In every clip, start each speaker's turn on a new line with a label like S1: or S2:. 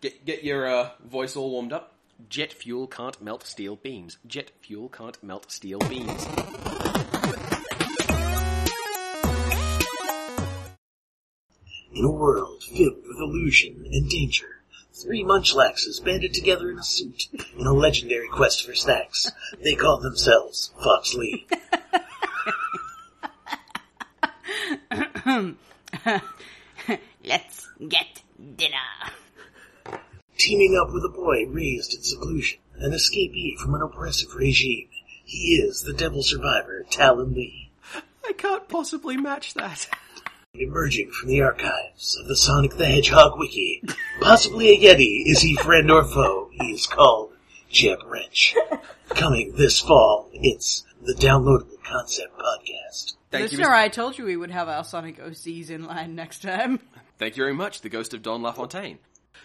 S1: Get get your uh, voice all warmed up.
S2: Jet fuel can't melt steel beams. Jet fuel can't melt steel beams.
S3: In a world filled with illusion and danger, three munchlaxes banded together in a suit in a legendary quest for snacks. They call themselves Fox Lee.
S4: Let's get dinner.
S3: Teaming up with a boy raised in seclusion, an escapee from an oppressive regime, he is the devil survivor Talon Lee.
S2: I can't possibly match that.
S3: Emerging from the archives of the Sonic the Hedgehog wiki, possibly a Yeti, is he friend or foe? He is called Jeb Wrench. Coming this fall, it's the Downloadable Concept Podcast.
S1: Thank you.
S4: Listener, I told you we would have our Sonic OCs in line next time.
S1: Thank you very much, the ghost of Don LaFontaine.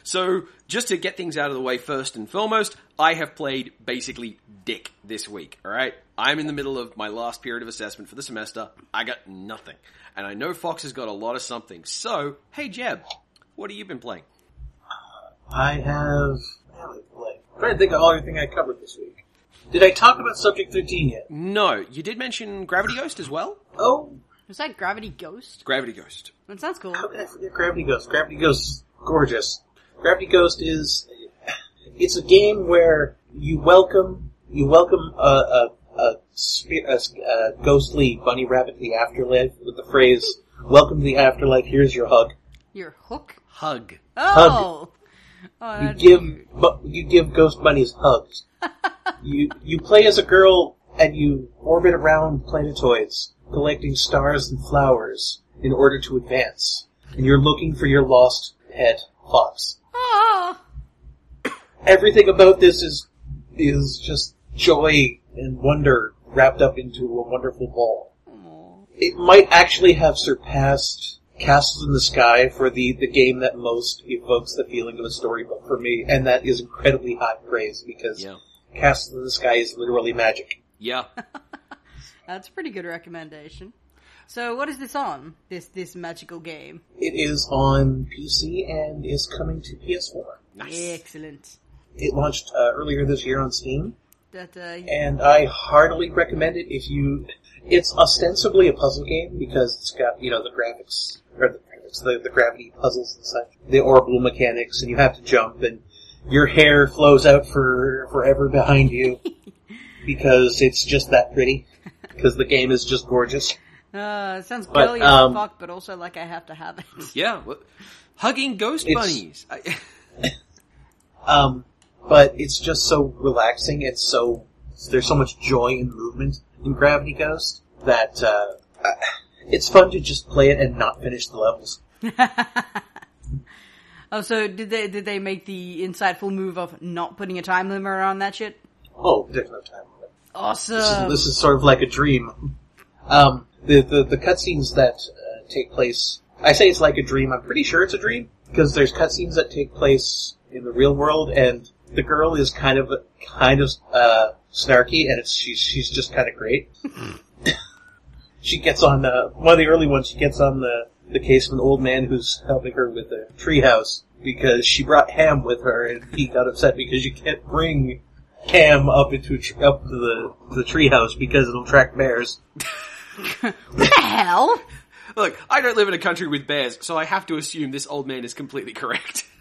S1: So, just to get things out of the way first and foremost, I have played basically dick this week, alright? I'm in the middle of my last period of assessment for the semester. I got nothing. And I know Fox has got a lot of something. So, hey Jeb, what have you been playing?
S5: I have. I'm trying to think of everything I covered this week. Did I talk about Subject 13 yet?
S1: No, you did mention Gravity Ghost as well?
S5: Oh,
S4: Was that Gravity Ghost?
S1: Gravity Ghost.
S4: That sounds cool.
S5: how could I forget Gravity Ghost? Gravity Ghost is gorgeous. Gravity Ghost is. It's a game where you welcome you welcome a, a, a, spe- a, s- a ghostly bunny rabbit to the afterlife with the phrase, Welcome to the afterlife, here's your hug.
S4: Your hook?
S2: Hug.
S4: Oh! oh
S5: You
S4: that'd be cute.
S5: give bu- you give ghost bunnies hugs. you you play as a girl and you orbit around planetoids, collecting stars and flowers in order to advance. And you're looking for your lost pet fox.
S4: Oh!
S5: Everything about this is is just joy and wonder wrapped up into a wonderful ball. It might actually have surpassed Castles in the Sky for the, the game that most evokes the feeling of a storybook for me, and that is incredibly high praise because
S2: Yeah.
S5: Castles in the Sky is literally magic.
S1: Yeah.
S4: That's a pretty good recommendation. So, what is this on? This this magical game?
S5: It is on PC and is coming to PS4.
S4: Excellent.
S5: It launched uh, earlier this year on Steam,
S4: That uh,
S5: and I heartily recommend it if you. It's ostensibly a puzzle game because it's got you know the graphics or the graphics, the, the gravity puzzles and such, the orbital mechanics, and you have to jump, and your hair flows out for forever behind you because it's just that pretty. Because the game is just gorgeous.
S4: uh, it sounds
S5: But,
S4: girly
S5: um,
S4: as fuck, but also like I have to have it.
S1: Yeah. wha- Hugging ghost
S5: It's-
S1: bunnies. I,
S5: Um, but it's just so relaxing and so there's so much joy and movement in Gravity Ghost that uh, I- it's fun to just play it and not finish the levels.
S4: oh, so did they did they make the insightful move of not putting a time limit on that shit?
S5: Oh, there's no time. limit. This is,
S4: Awesome.
S5: this is sort of like a dream. Um, the the, the cutscenes that uh, take place. I say it's like a dream. I'm pretty sure it's a dream because there's cutscenes that take place in the real world, and the girl is kind of kind of uh, snarky, and it's she's she's just kind of great. she gets on uh, one of the early ones. She gets on the the case of an old man who's helping her with the treehouse because she brought ham with her, and he got upset because you can't bring ham up into a tr- up to the the treehouse because it'll attract bears.
S4: what the hell?
S1: look, I don't live in a country with bears, so I have to assume this old man is completely correct.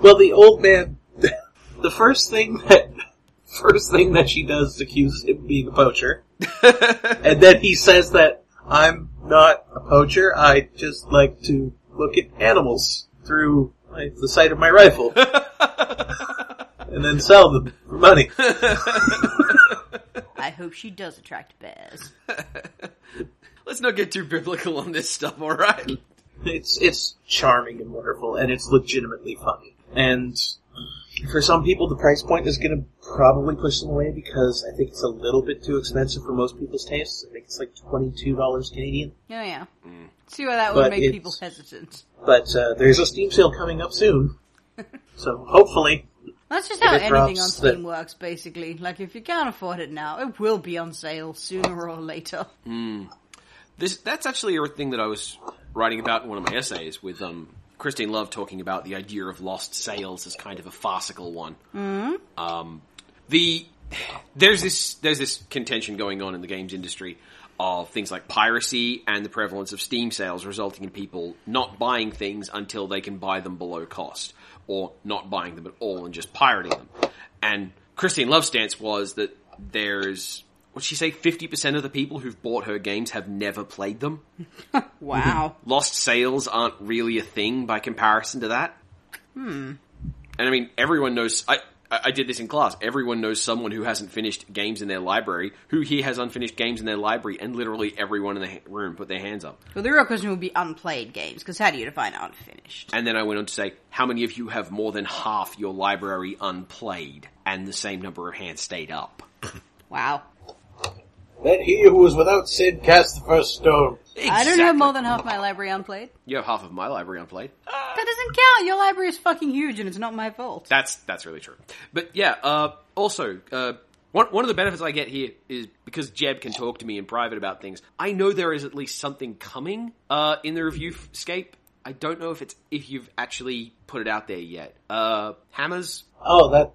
S5: Well, the old man, the first thing that first thing that she does is accuse him of being a poacher, and then he says that I'm not a poacher. I just like to look at animals through my, the sight of my rifle, and then sell them for money.
S4: I hope she does attract bears.
S1: Let's not get too biblical on this stuff, alright?
S5: It's it's charming and wonderful, and it's legitimately funny. And for some people, the price point is going to probably push them away because I think it's a little bit too expensive for most people's tastes. I think it's like twenty two dollars Canadian.
S4: Oh yeah. See why that would
S5: Mm. But
S4: make
S5: it's-
S4: people hesitant.
S5: But uh, there's a Steam sale coming up soon, so hopefully,
S4: That's just how
S5: it
S4: anything on
S5: drops,
S4: Steam
S5: then-
S4: works, basically. Like, if you can't afford it now, it will be on sale sooner or later.
S1: This that's actually a thing that I was writing about in one of my essays with um Christine Love talking about the idea of lost sales as kind of a farcical one. Um, the there's this there's this contention going on in the games industry of things like piracy and the prevalence of Steam sales, resulting in people not buying things until they can buy them below cost, or not buying them at all and just pirating them. And Christine Love's stance was that there's what'd she say? Fifty percent of the people who've bought her games have never played them
S4: Wow.
S1: lost sales aren't really a thing by comparison to that. Hmm. And I mean, everyone knows. I I I did this in class. Everyone knows someone who hasn't finished games in their library. Who here has unfinished games in their library? And literally everyone in the ha- room put their hands up.
S4: Well, the real question would be unplayed games, because how do you define unfinished?
S1: And then I went on to say, how many of you have more than half your library unplayed? And the same number of hands stayed up.
S4: Wow.
S5: Let he who is without sin cast the first stone.
S4: I don't have
S1: Exactly.
S4: more than half my library unplayed.
S1: You have half of my library unplayed.
S4: That doesn't count. Your library is fucking huge, and it's not my fault.
S1: That's that's really true. But yeah, uh, also uh, one one of the benefits I get here is because Jeb can talk to me in private about things. I know there is at least something coming uh, in the review f- scape. I don't know if it's if you've actually put it out there yet. Uh, hammers.
S5: Oh, that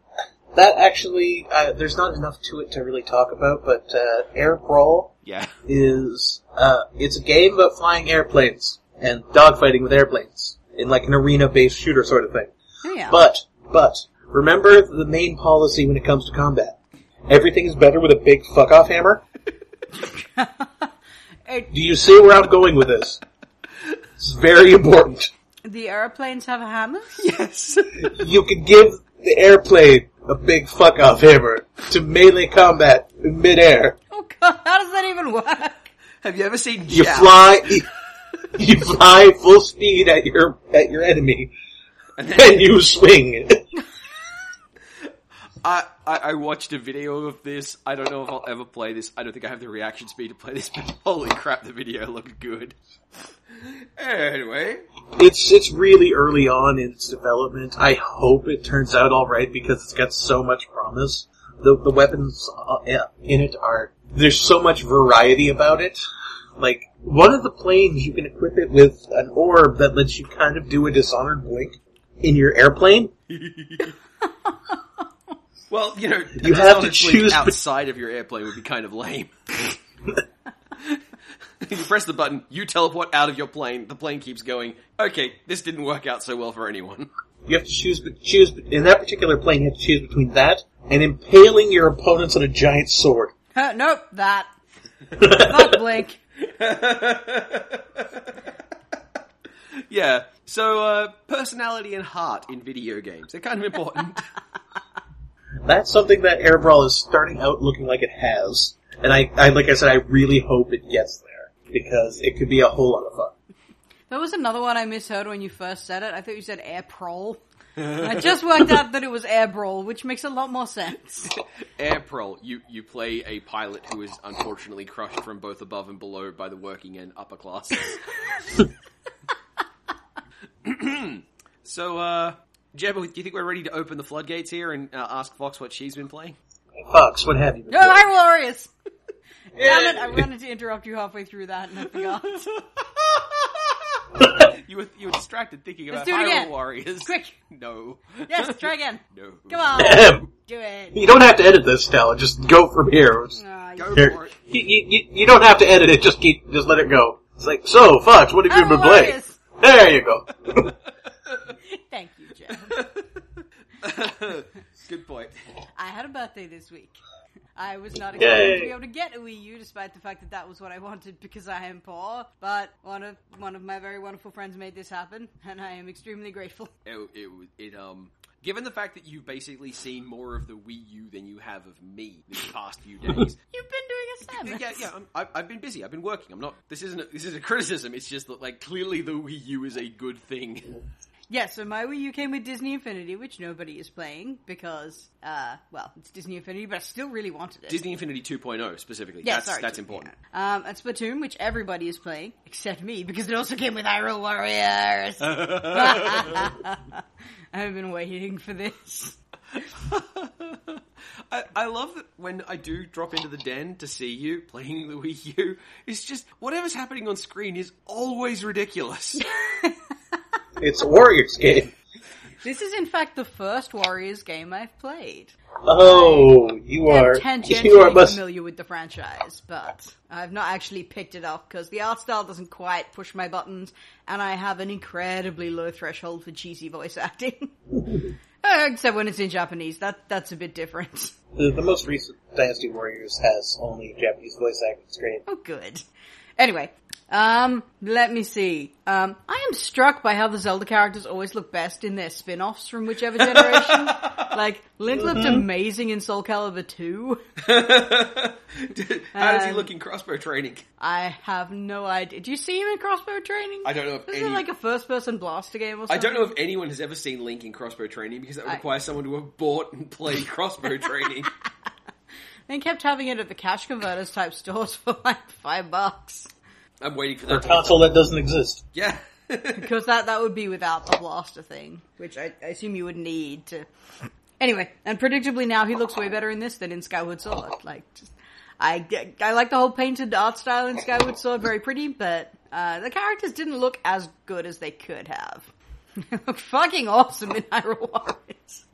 S5: that actually, uh, there's not enough to it to really talk about. But uh, Air Brawl
S1: Yeah,
S5: is uh, it's a game about flying airplanes and dogfighting with airplanes in like an arena-based shooter sort of thing.
S4: Oh, yeah.
S5: But but remember the main policy when it comes to combat. Everything is better with a big fuck off hammer. Do you see where I'm going with this? It's very important.
S4: the airplanes have hammers?
S5: You can give the airplane a big fuck off hammer to melee combat in midair.
S4: Oh god, how does that even work?
S1: have you ever seen?
S5: You
S1: Jab?
S5: fly, you fly full speed at your at your enemy, and you swing.
S1: I, I I watched a video of this. I don't know if I'll ever play this. I don't think I have the reaction speed to play this. But holy crap, the video looked good. Anyway,
S5: It's it's really early on in its development. I hope it turns out all right because it's got so much promise. The the weapons uh, yeah, in it are there's so much variety about it. Like one of the planes, you can equip it with an orb that lets you kind of do a dishonored blink in your airplane.
S1: Well, you know,
S5: You have to
S1: honestly,
S5: choose bet-
S1: outside of your airplane would be kind of lame. you press the button, you teleport out of your plane. The plane keeps going. Okay, this didn't work out so well for anyone.
S5: You have to choose be- choose be- in that particular plane. You have to choose between that and impaling your opponents on a giant sword.
S4: Huh, Uh, nope, that. Fuck Blake.
S1: Yeah. So, uh, personality and heart in video games—they're kind of important.
S5: That's something that Air Brawl is starting out looking like it has. And I, I like I said, I really hope it gets there because it could be a whole lot of fun.
S4: There was another one I misheard when you first said it. I thought you said air prol. I just worked out that it was air brawl, which makes a lot more sense.
S1: Airprol, you you play a pilot who is unfortunately crushed from both above and below by the working and upper classes. so, uh, Jeb, do you think we're ready to open the floodgates here and uh, ask Fox what she's been playing?
S5: Fox, what have you? Been
S4: No,
S5: doing?
S4: I'm glorious. Damn it, I wanted to interrupt you halfway through that and I forgot.
S1: You were, you were distracted thinking about
S4: Let's do it
S1: Hyrule
S4: again.
S1: Warriors.
S4: Quick.
S1: No.
S4: Yes, try again.
S1: No.
S4: Come on.
S5: Ahem.
S4: Do it.
S5: you don't have to edit this, Stella. Just go from here. Just-
S4: Ah,
S1: Go
S5: here.
S1: for it.
S5: You, you, you- you don't have to edit it. Just keep, just let it go. It's like, so Fox, what have you
S4: I'm
S5: been playing?
S4: glorious.
S5: There you go.
S4: Thank you, Jeff.
S1: Good point.
S4: I had a birthday this week. I was not
S5: Yay.
S4: expecting to be able to get a Wii U, despite the fact that that was what I wanted because I am poor. But one of one of my very wonderful friends made this happen, and I am extremely grateful.
S1: It, it, was- it, um, given the fact that you've basically seen more of the Wii U than you have of me these past few days,
S4: You've been doing a
S1: yeah,
S4: service.
S1: yeah. I'm, I, I've been busy. I've been working. I'm not. This isn't. A, this is a criticism. It's just that, like, clearly the Wii U is a good thing.
S4: Yeah, so my Wii U came with Disney Infinity, which nobody is playing because, uh, well, it's Disney Infinity, but I still really wanted it.
S1: Disney Infinity 2.0 specifically.
S4: Yeah,
S1: that's,
S4: sorry,
S1: That's
S4: Disney,
S1: important.
S4: yeah. Um, and Splatoon, which everybody is playing except me because it also came with Hyrule Warriors. I've been waiting for this.
S1: I, I love that when I do drop into the den to see you playing the Wii U. It's just whatever's happening on screen is always ridiculous.
S5: It's a Warriors game.
S4: This is in fact the first Warriors game I've played.
S5: Oh, you are
S4: I'm tangentially
S5: you are must
S4: familiar with the franchise, but I've not actually picked it up because the art style doesn't quite push my buttons, and I have an incredibly low threshold for cheesy voice acting. Uh, Except when it's in Japanese, that that's a bit different.
S5: the, the most recent Dynasty Warriors has only Japanese voice acting. It's great.
S4: Oh, good. Anyway, um, let me see. Um, I am struck by how the Zelda characters always look best in their spin-offs from whichever generation. like, Link looked
S5: Mm-hmm.
S4: amazing in Soul Calibur 2.
S1: How does he
S4: Um,
S1: look in crossbow training?
S4: I have no idea. Do you see him in crossbow training?
S1: I don't know if
S4: Is
S1: any.
S4: it like a first-person blaster game or
S1: I
S4: something?
S1: don't know if anyone has ever seen Link in crossbow training because that would
S4: I-
S1: require someone to have bought and played crossbow training.
S4: They kept having it at the cash converters type stores for like five bucks.
S1: I'm waiting for
S5: For a
S1: that. to-
S5: console that doesn't exist.
S1: Yeah.
S4: Because that, that would be without the blaster thing, which I, I assume you would need to. Anyway, and predictably now he looks way better in this than in Skyward Sword. Like, just, I, I like the whole painted art style in Skyward Sword, very pretty, but uh, the characters didn't look as good as they could have. They look fucking awesome in Hyrule Warriors.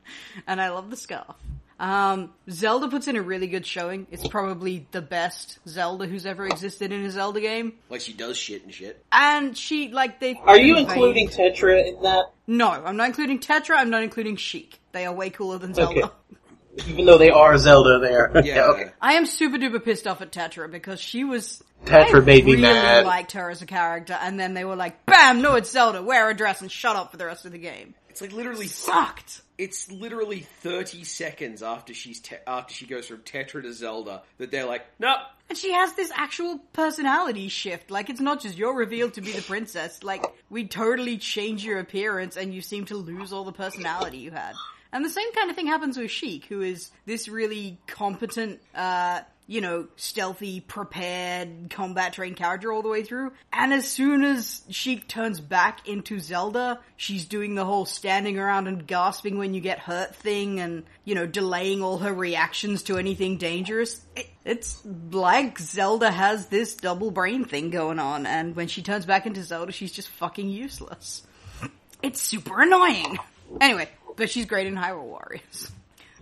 S4: And I love the scarf. Um, Zelda puts in a really good showing. It's probably the best Zelda who's ever existed in a Zelda game.
S1: like she does shit and shit.
S4: And she, like, they...
S5: Are you
S4: they-
S5: including Tetra in that?
S4: no, I'm not including Tetra. I'm not including Sheik. They are way cooler than Zelda.
S5: Okay. Even though they are Zelda, they are.
S1: Yeah.
S5: okay.
S4: I am super duper pissed off at Tetra because she was.
S5: Tetra
S4: I
S5: made me
S4: really
S5: mad.
S4: liked her as a character, and then they were like, "Bam! No, it's Zelda. Wear a dress and shut up for the rest of the game."
S1: It's like literally
S4: Sucked.
S1: it's literally 30 seconds after she's te- after she goes from Tetra to Zelda that they're like, "Nope,
S4: And she has this actual personality shift. Like it's not just you're revealed to be the princess. Like we totally change your appearance, and you seem to lose all the personality you had. And the same kind of thing happens with Sheik, who is this really competent, uh, you know, stealthy, prepared, combat trained character all the way through. And as soon as Sheik turns back into Zelda, she's doing the whole standing around and gasping when you get hurt thing and, you know, delaying all her reactions to anything dangerous. It, it's like Zelda has this double brain thing going on, and when she turns back into Zelda, she's just fucking useless. It's super annoying. Anyway, but she's great in Hyrule Warriors.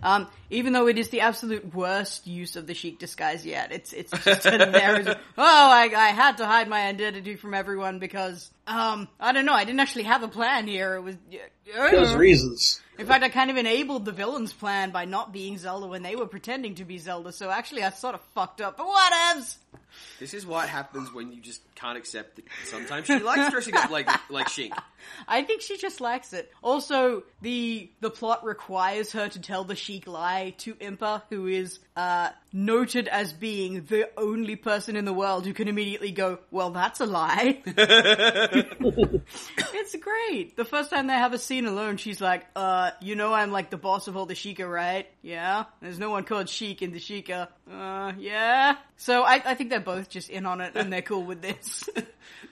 S4: Um, even though it is the absolute worst use of the chic disguise yet, it's it's just hilarious. oh, I, I had to hide my identity from everyone because um I don't know, I didn't actually have a plan here. It was
S5: Those reasons.
S4: in fact, I kind of enabled the villain's plan by not being Zelda when they were pretending to be Zelda. So actually, I sort of fucked up. But whatevs.
S1: this is what happens when you just can't accept that sometimes she likes dressing up like like Sheik."
S4: I think she just likes it. Also, the the plot requires her to tell the chic lie to Impa, who is uh, noted as being the only person in the world who can immediately go, "Well, that's a lie." it's great. The first time they have a scene alone, she's like, "Uh, you know, I'm like the boss of all the Sheikah, right? Yeah. There's no one called Sheik in the Sheikah. Uh, yeah." So I, I think they're both just in on it, and they're cool with this.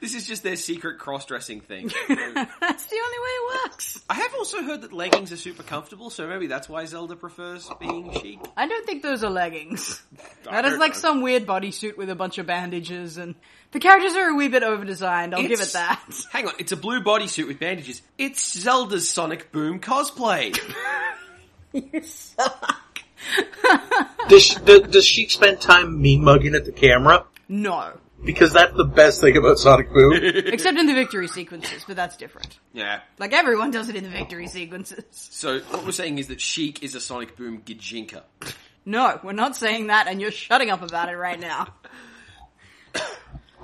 S1: This is just their secret cross-dressing thing.
S4: that's the only way it works.
S1: I have also heard that leggings are super comfortable, so maybe that's why Zelda prefers being Sheik.
S4: I don't think those are leggings.
S1: I
S4: That is
S1: don't
S4: like
S1: know.
S4: some weird bodysuit with a bunch of bandages and the characters are a wee bit overdesigned, I'll give
S1: It's-
S4: it that.
S1: Hang on, it's a blue bodysuit with bandages. It's Zelda's Sonic Boom cosplay.
S5: Does she, does, does she spend time mean mugging at the camera?
S4: No.
S5: Because that's the best thing about Sonic Boom.
S4: Except in the victory sequences, but that's different.
S1: yeah.
S4: Like everyone does it in the victory sequences.
S1: So what we're saying is that Sheik is a Sonic Boom gijinka.
S4: No, we're not saying that and you're shutting up about it right now.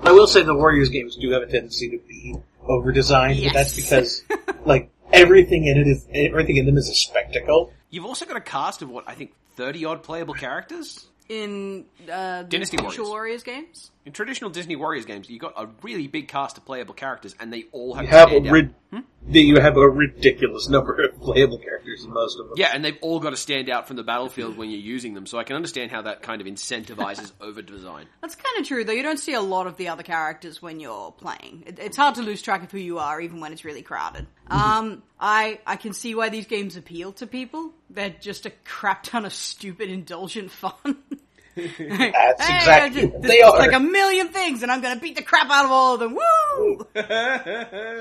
S5: I will say the Warriors games do have a tendency to be overdesigned,
S4: Yes.
S5: but that's because like everything in it is everything in them is a spectacle.
S1: You've also got a cast of what I think thirty odd playable characters.
S4: In uh the
S1: Dynasty
S4: actual
S1: Warriors.
S4: Warriors games?
S1: In traditional Disney Warriors games, you got a really big cast of playable characters, and they all have,
S5: You
S1: to
S5: have a
S1: stand out.
S5: rid-
S4: Hmm?
S5: you have a ridiculous number of playable characters in most of them.
S1: yeah, and they've all got to stand out from the battlefield when you're using them. So I can understand how that kind of incentivizes over design.
S4: That's kind of true, though. You don't see a lot of the other characters when you're playing. It, it's hard to lose track of who you are, even when it's really crowded.
S5: Mm-hmm.
S4: Um, I I can see why these games appeal to people. They're just a crap ton of stupid, indulgent fun.
S5: That's
S4: Hey,
S5: exactly
S4: I
S5: what
S4: did-
S5: they
S4: there's
S5: are.
S4: Like a million things, and I'm gonna beat the crap out of all of them. Woo!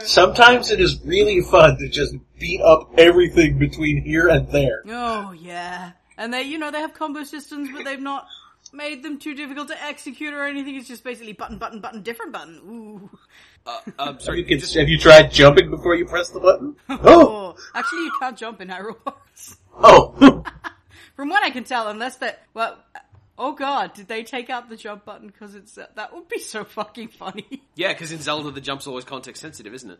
S5: Sometimes it is really fun to just beat up everything between here and there.
S4: Oh yeah, and they, you know, they have combo systems, but they've not made them too difficult to execute or anything. It's just basically button, button, button, different button.
S5: Oh.
S4: Ooh.
S1: Uh, I'm
S5: Have you,
S1: sorry.
S5: can, have you tried jumping before you press the button? Oh!
S4: Oh, actually, you can't jump in Hyrule Warriors.
S5: Oh!
S4: From what I can tell, unless that, well, oh god, did they take out the jump button? Because it's uh, that would be so fucking funny.
S1: Yeah, because in Zelda the jump's always context sensitive, isn't it?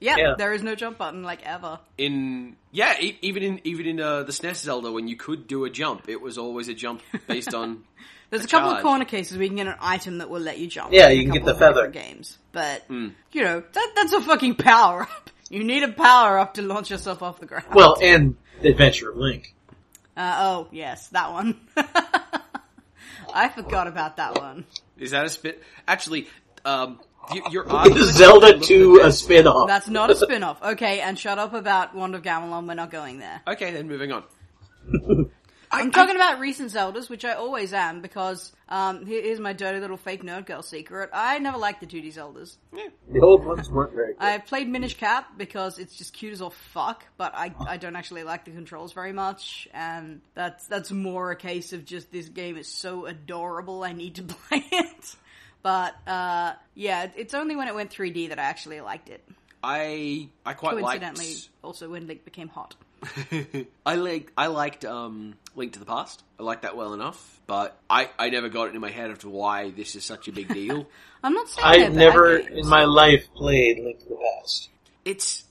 S4: yeah,
S5: Yeah.
S4: there is no jump button like ever.
S1: In yeah, e- even in even in uh, the SNES Zelda, when you could do a jump, it was always a jump based on
S4: There's a,
S1: A
S4: couple
S1: charge.
S4: of corner cases where you can get an item that will let you jump.
S5: Oh Yeah,
S4: in a
S5: you can get
S4: couple
S5: the
S4: of
S5: feather. Hmm.
S4: different games, but you know that that's a fucking power up. You need a power up to launch yourself off the ground.
S5: Well, and Adventure of Link.
S4: uh, oh yes, that one. I forgot about that one.
S1: Is that a spit? Actually, um, y- your
S5: Is
S1: argument
S5: Zelda 2 a spin-off?
S4: That's not a spin off. Okay, and shut up about Wand of Gamelon. We're not going there.
S1: Okay, then moving on.
S4: I'm talking about recent Zeldas, which I always am, because um, here- here's my dirty little fake nerd girl secret. I never liked the 2D Zeldas.
S5: The old ones weren't very good.
S4: I played Minish Cap because it's just cute as all fuck, but I, I don't actually like the controls very much, and that's that's more a case of just this game is so adorable I need to play it. But uh, yeah, it's only when it went 3D that I actually liked it.
S1: I I quite
S4: Coincidentally,
S1: liked.
S4: also when Link became hot.
S1: I like I liked um, Link to the Past. I liked that well enough, but I I never got it in my head of why this is such a big deal.
S4: I'm not saying
S5: I
S4: they're bad
S5: never
S4: games.
S5: in my life played Link to the Past.
S1: it's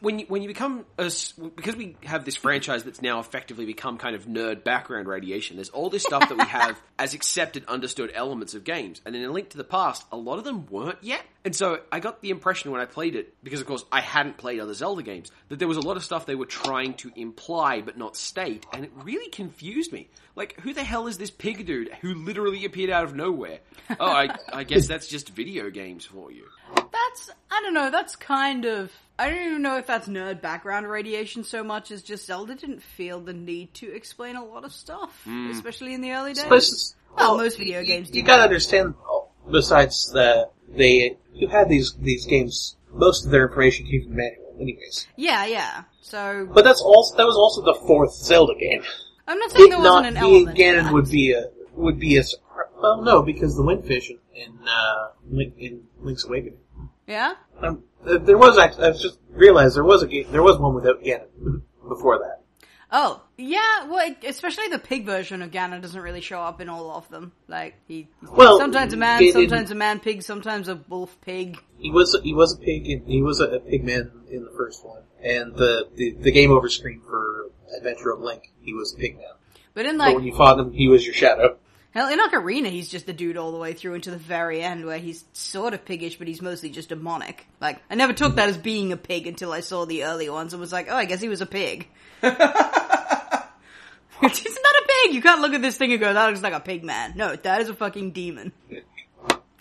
S1: when you when you become a s- because we have this franchise that's now effectively become kind of nerd background radiation. There's all this stuff that we have as accepted, understood elements of games, and in a link to the past, a lot of them weren't yet. And so I got the impression when I played it, because of course I hadn't played other Zelda games, that there was a lot of stuff they were trying to imply but not state, and it really confused me. Like, who the hell is this pig dude who literally appeared out of nowhere? Oh, I, I guess that's just video games for you.
S4: That's I don't know. That's kind of I don't even know if that's nerd background radiation so much as just Zelda didn't feel the need to explain a lot of stuff,
S5: Hmm.
S4: especially in the early days.
S5: But it's just-
S4: well, most video games
S5: You
S4: do.
S5: gotta understand, oh, besides that, they, you had these, these games, most of their information came from manual anyways.
S4: Yeah, yeah. So
S5: But that's also, that was also the fourth Zelda game.
S4: I'm not saying
S5: It
S4: there
S5: not
S4: wasn't an
S5: being
S4: element. to
S5: Ganon
S4: that.
S5: would be a, would be a, surpri- well no, because the Windfish in, in, uh, Link, in Link's Awakening.
S4: Yeah.
S5: Um, th- there was actually, I just realized there was a game, there was one without Ganon before that.
S4: Oh, yeah. Well, it- especially the pig version of Ganon doesn't really show up in all of them. Like he
S5: Well,
S4: sometimes a man,
S5: it- it-
S4: sometimes a man pig, sometimes a wolf pig.
S5: He was he was a pig in, he was a, a pig man in the first one, and the, the the game over screen for Adventure of Link, he was a pig man.
S4: But in
S5: But
S4: like
S5: when you fought him, he was your shadow.
S4: Hell, in Ocarina, he's just the dude all the way through until the very end, where he's sort of piggish, but he's mostly just demonic. Like, I never took that as being a pig until I saw the early ones and was like, oh, I guess he was a pig. It's he's not a pig! You can't look at this thing and go, that looks like a pig man. No, that is a fucking demon.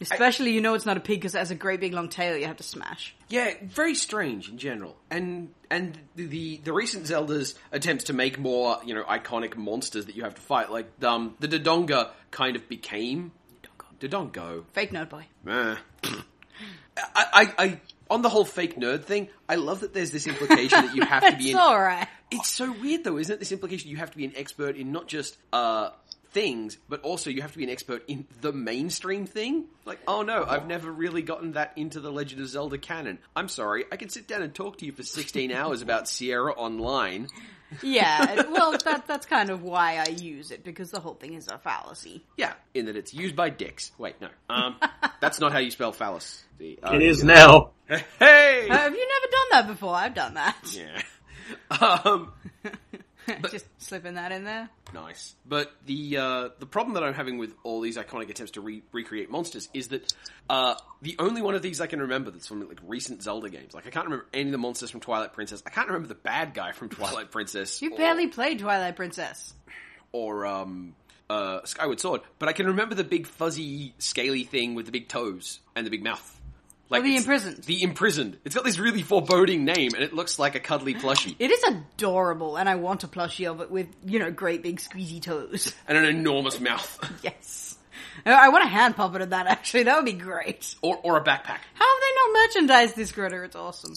S4: Especially, you know it's not a pig because it has a great big long tail you have to smash.
S1: Yeah, very strange in general, and and the- the the recent Zelda's attempts to make more you know iconic monsters that you have to fight, like um the Dodonga kind of became Dodongo.
S4: Fake nerd boy.
S1: Meh. I, I I on the whole fake nerd thing, I love that there's this implication that you have to be
S4: It's
S1: in.
S4: alright.
S1: It's so weird though, isn't it? This implication you have to be an expert in not just uh things, but also you have to be an expert in the mainstream thing. Like, oh no, I've never really gotten that into the Legend of Zelda canon. I'm sorry, I can sit down and talk to you for 16 hours about Sierra Online.
S4: Yeah, it- well, that, that's kind of why I use it, because the whole thing is a fallacy.
S1: Yeah, in that it's used by dicks. Wait, no, um, that's not how you spell phallus. The, uh,
S5: It is now.
S1: Hey.
S4: Uh, have you never done that before? I've done that.
S1: Yeah. Um,
S4: Just slipping that in there.
S1: Nice. But the uh, the problem that I'm having with all these iconic attempts to re- recreate monsters is that uh, the only one of these I can remember that's from like recent Zelda games. Like I can't remember any of the monsters from Twilight Princess. I can't remember the bad guy from Twilight Princess.
S4: You
S1: or,
S4: barely played Twilight Princess.
S1: or um uh Skyward Sword, but I can remember the big fuzzy scaly thing with the big toes and the big mouth. Like
S4: the
S1: it's-
S4: imprisoned.
S1: The imprisoned. It's got this really foreboding name, and it looks like a cuddly plushie
S4: It is adorable, and I want a plushie of it with, you know, great big squeezy toes.
S1: and an enormous mouth,
S4: Yes. Uh, I want a hand puppet of that, actually. That would be great.
S1: or or a backpack.
S4: How have they not merchandised this critter? It's awesome.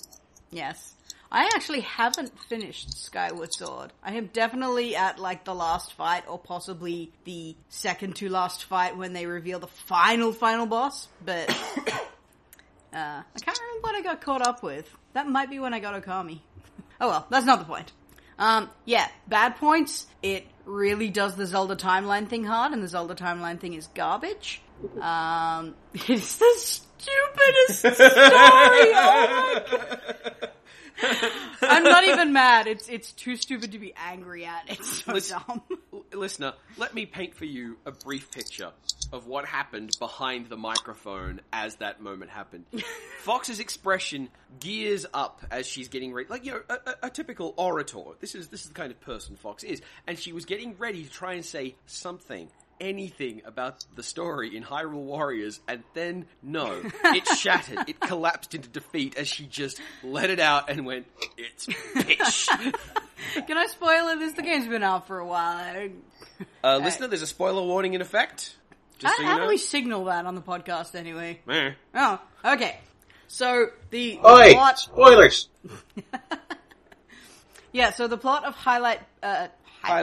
S4: Yes. I actually haven't finished Skyward Sword. I am definitely at like the last fight or possibly the second to last fight when they reveal the final final boss, but uh, I can't remember what I got caught up with. That might be when I got Okami. Oh well, that's not the point. Um, yeah, bad points. It really does the Zelda timeline thing hard, and the Zelda timeline thing is garbage. Um, it's the stupidest story. Oh my god! I'm not even mad. It's it's too stupid to be angry at. It's so
S1: Listen-
S4: dumb.
S1: L- Listener, let me paint for you a brief picture of what happened behind the microphone as that moment happened. Fox's expression gears up as she's getting ready, like you know, a, a, a typical orator. This is this is the kind of person Fox is, and she was getting ready to try and say something. Anything about the story in Hyrule Warriors, and then no, it shattered. It collapsed into defeat as she just let it out and went, "It's bitch."
S4: Can I spoil it? This the game's been out for a while. I-
S1: Uh, listener, there's a spoiler warning in effect. Just
S4: How,
S1: so you
S4: how
S1: know.
S4: do we signal that on the podcast anyway?
S1: Meh.
S4: Oh, okay. So the, the
S5: Oi!
S4: plot
S5: Spoilers!
S4: Yeah, so the plot of Highlight. Uh, hi-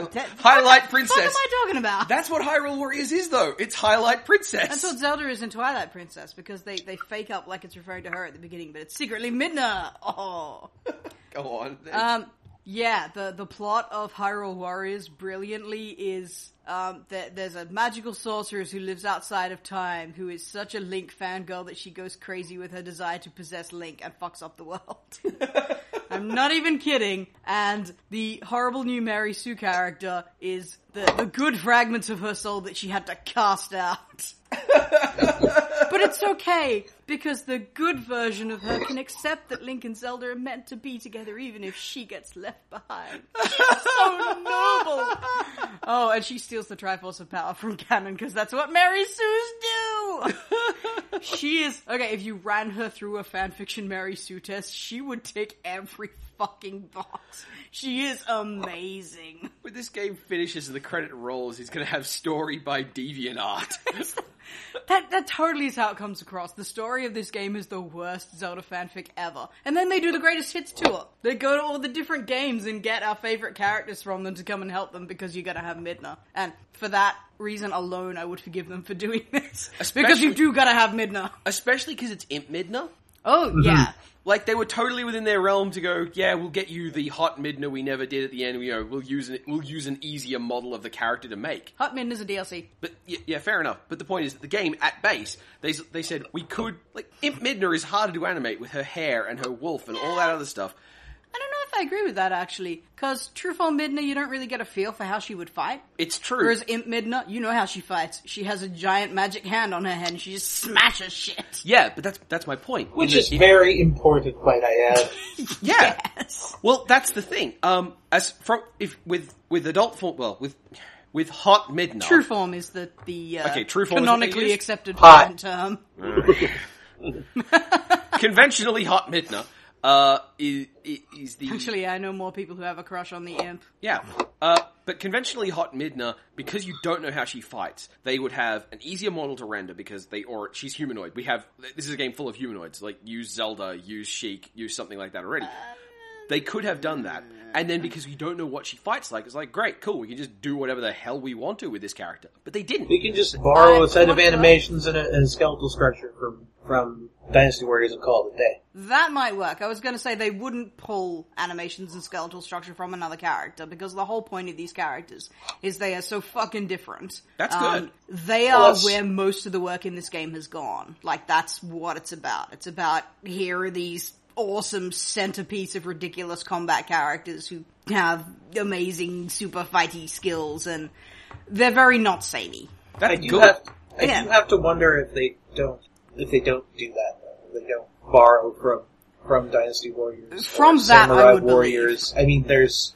S1: Hi-
S4: that-
S1: Highlight
S4: What the
S1: Princess.
S4: fuck am I talking about?
S1: That's what Hyrule Warriors is, though. It's Highlight Princess.
S4: That's what Zelda is in Twilight Princess because they, they fake up like it's referring to her at the beginning, but it's secretly Midna. Oh.
S1: Go on.
S4: Um, yeah, the, the plot of Hyrule Warriors brilliantly is um, that there's a magical sorceress who lives outside of time who is such a Link fangirl that she goes crazy with her desire to possess Link and fucks up the world. I'm not even kidding. And the horrible new Mary Sue character is the, the good fragments of her soul that she had to cast out. but it's okay because the good version of her can accept that Link and Zelda are meant to be together even if she gets left behind. She's so noble. Oh, and she steals the Triforce of Power from Ganon because that's what Mary Sue's do. she is okay. If you ran her through a fanfiction Mary Sue test, she would tick every fucking box. She is amazing.
S1: when this game finishes and the credit rolls, he's going to have story by DeviantArt.
S4: That that totally is how it comes across. The story of this game is the worst Zelda fanfic ever. And then they do the greatest hits tour. They go to all the different games and get our favorite characters from them to come and help them because you gotta have Midna. And for that reason alone, I would forgive them for doing this. because you
S1: Especially-
S4: do gotta have Midna.
S1: Especially because it's Imp Midna.
S4: Oh yeah.
S1: Like, they were totally within their realm to go, yeah, we'll get you the hot Midna we never did at the end. You know, we'll use an, we'll use an easier model of the character to make.
S4: Hot Midna's a DLC.
S1: But yeah, yeah, fair enough. But the point is that the game at base, they s- they said we could like Imp Midna is harder to animate with her hair and her wolf and all that other stuff.
S4: I don't know if I agree with that actually, because Trueful Midna, you don't really get a feel for how she would fight.
S1: It's true.
S4: Whereas Imp Midna, you know how she fights. She has a giant magic hand on her head and she just smashes shit.
S1: yeah, but that's that's my point.
S5: Which
S1: In
S5: is
S1: that it-
S5: very important, might I add.
S1: yeah. Well, that's the thing. Um, as from if with with adult form, well, with with hot Midna,
S4: True form is the the uh,
S1: Okay, true form is what they
S4: canonically
S1: use?
S4: accepted
S5: Hot.
S4: patent term.
S1: conventionally hot Midna, uh, is, is the
S4: Actually, I know more people who have a crush on the imp.
S1: Yeah. Uh, but conventionally, Hot Midna, because you don't know how she fights, they would have an easier model to render because they or she's humanoid. We have this is a game full of humanoids. Like use Zelda, use Sheik, use something like that already. They could have done that, and then because we don't know what she fights like, it's like great, cool. We can just do whatever the hell we want to with this character. But they didn't.
S5: We can just borrow
S4: I
S5: a set
S4: want
S5: of
S4: that.
S5: animations and a, and a skeletal structure from, from Dynasty Warriors and call it a day.
S4: That might work. I was going to say they wouldn't pull animations and skeletal structure from another character because the whole point of these characters is they are so fucking different.
S1: That's
S4: good. They
S5: Well,
S4: are
S5: that's-
S4: where most of the work in this game has gone. Like that's what it's about. It's about here are these awesome centerpiece of ridiculous combat characters who have amazing super fighty skills and they're very not samey.
S5: I
S1: That's
S5: do
S1: good.
S5: have I
S4: Yeah.
S5: do have to wonder if they don't if they don't do that. though. If They don't borrow from from Dynasty Warriors, or
S4: From that, I
S5: Samurai
S4: would
S5: Warriors. I mean, there's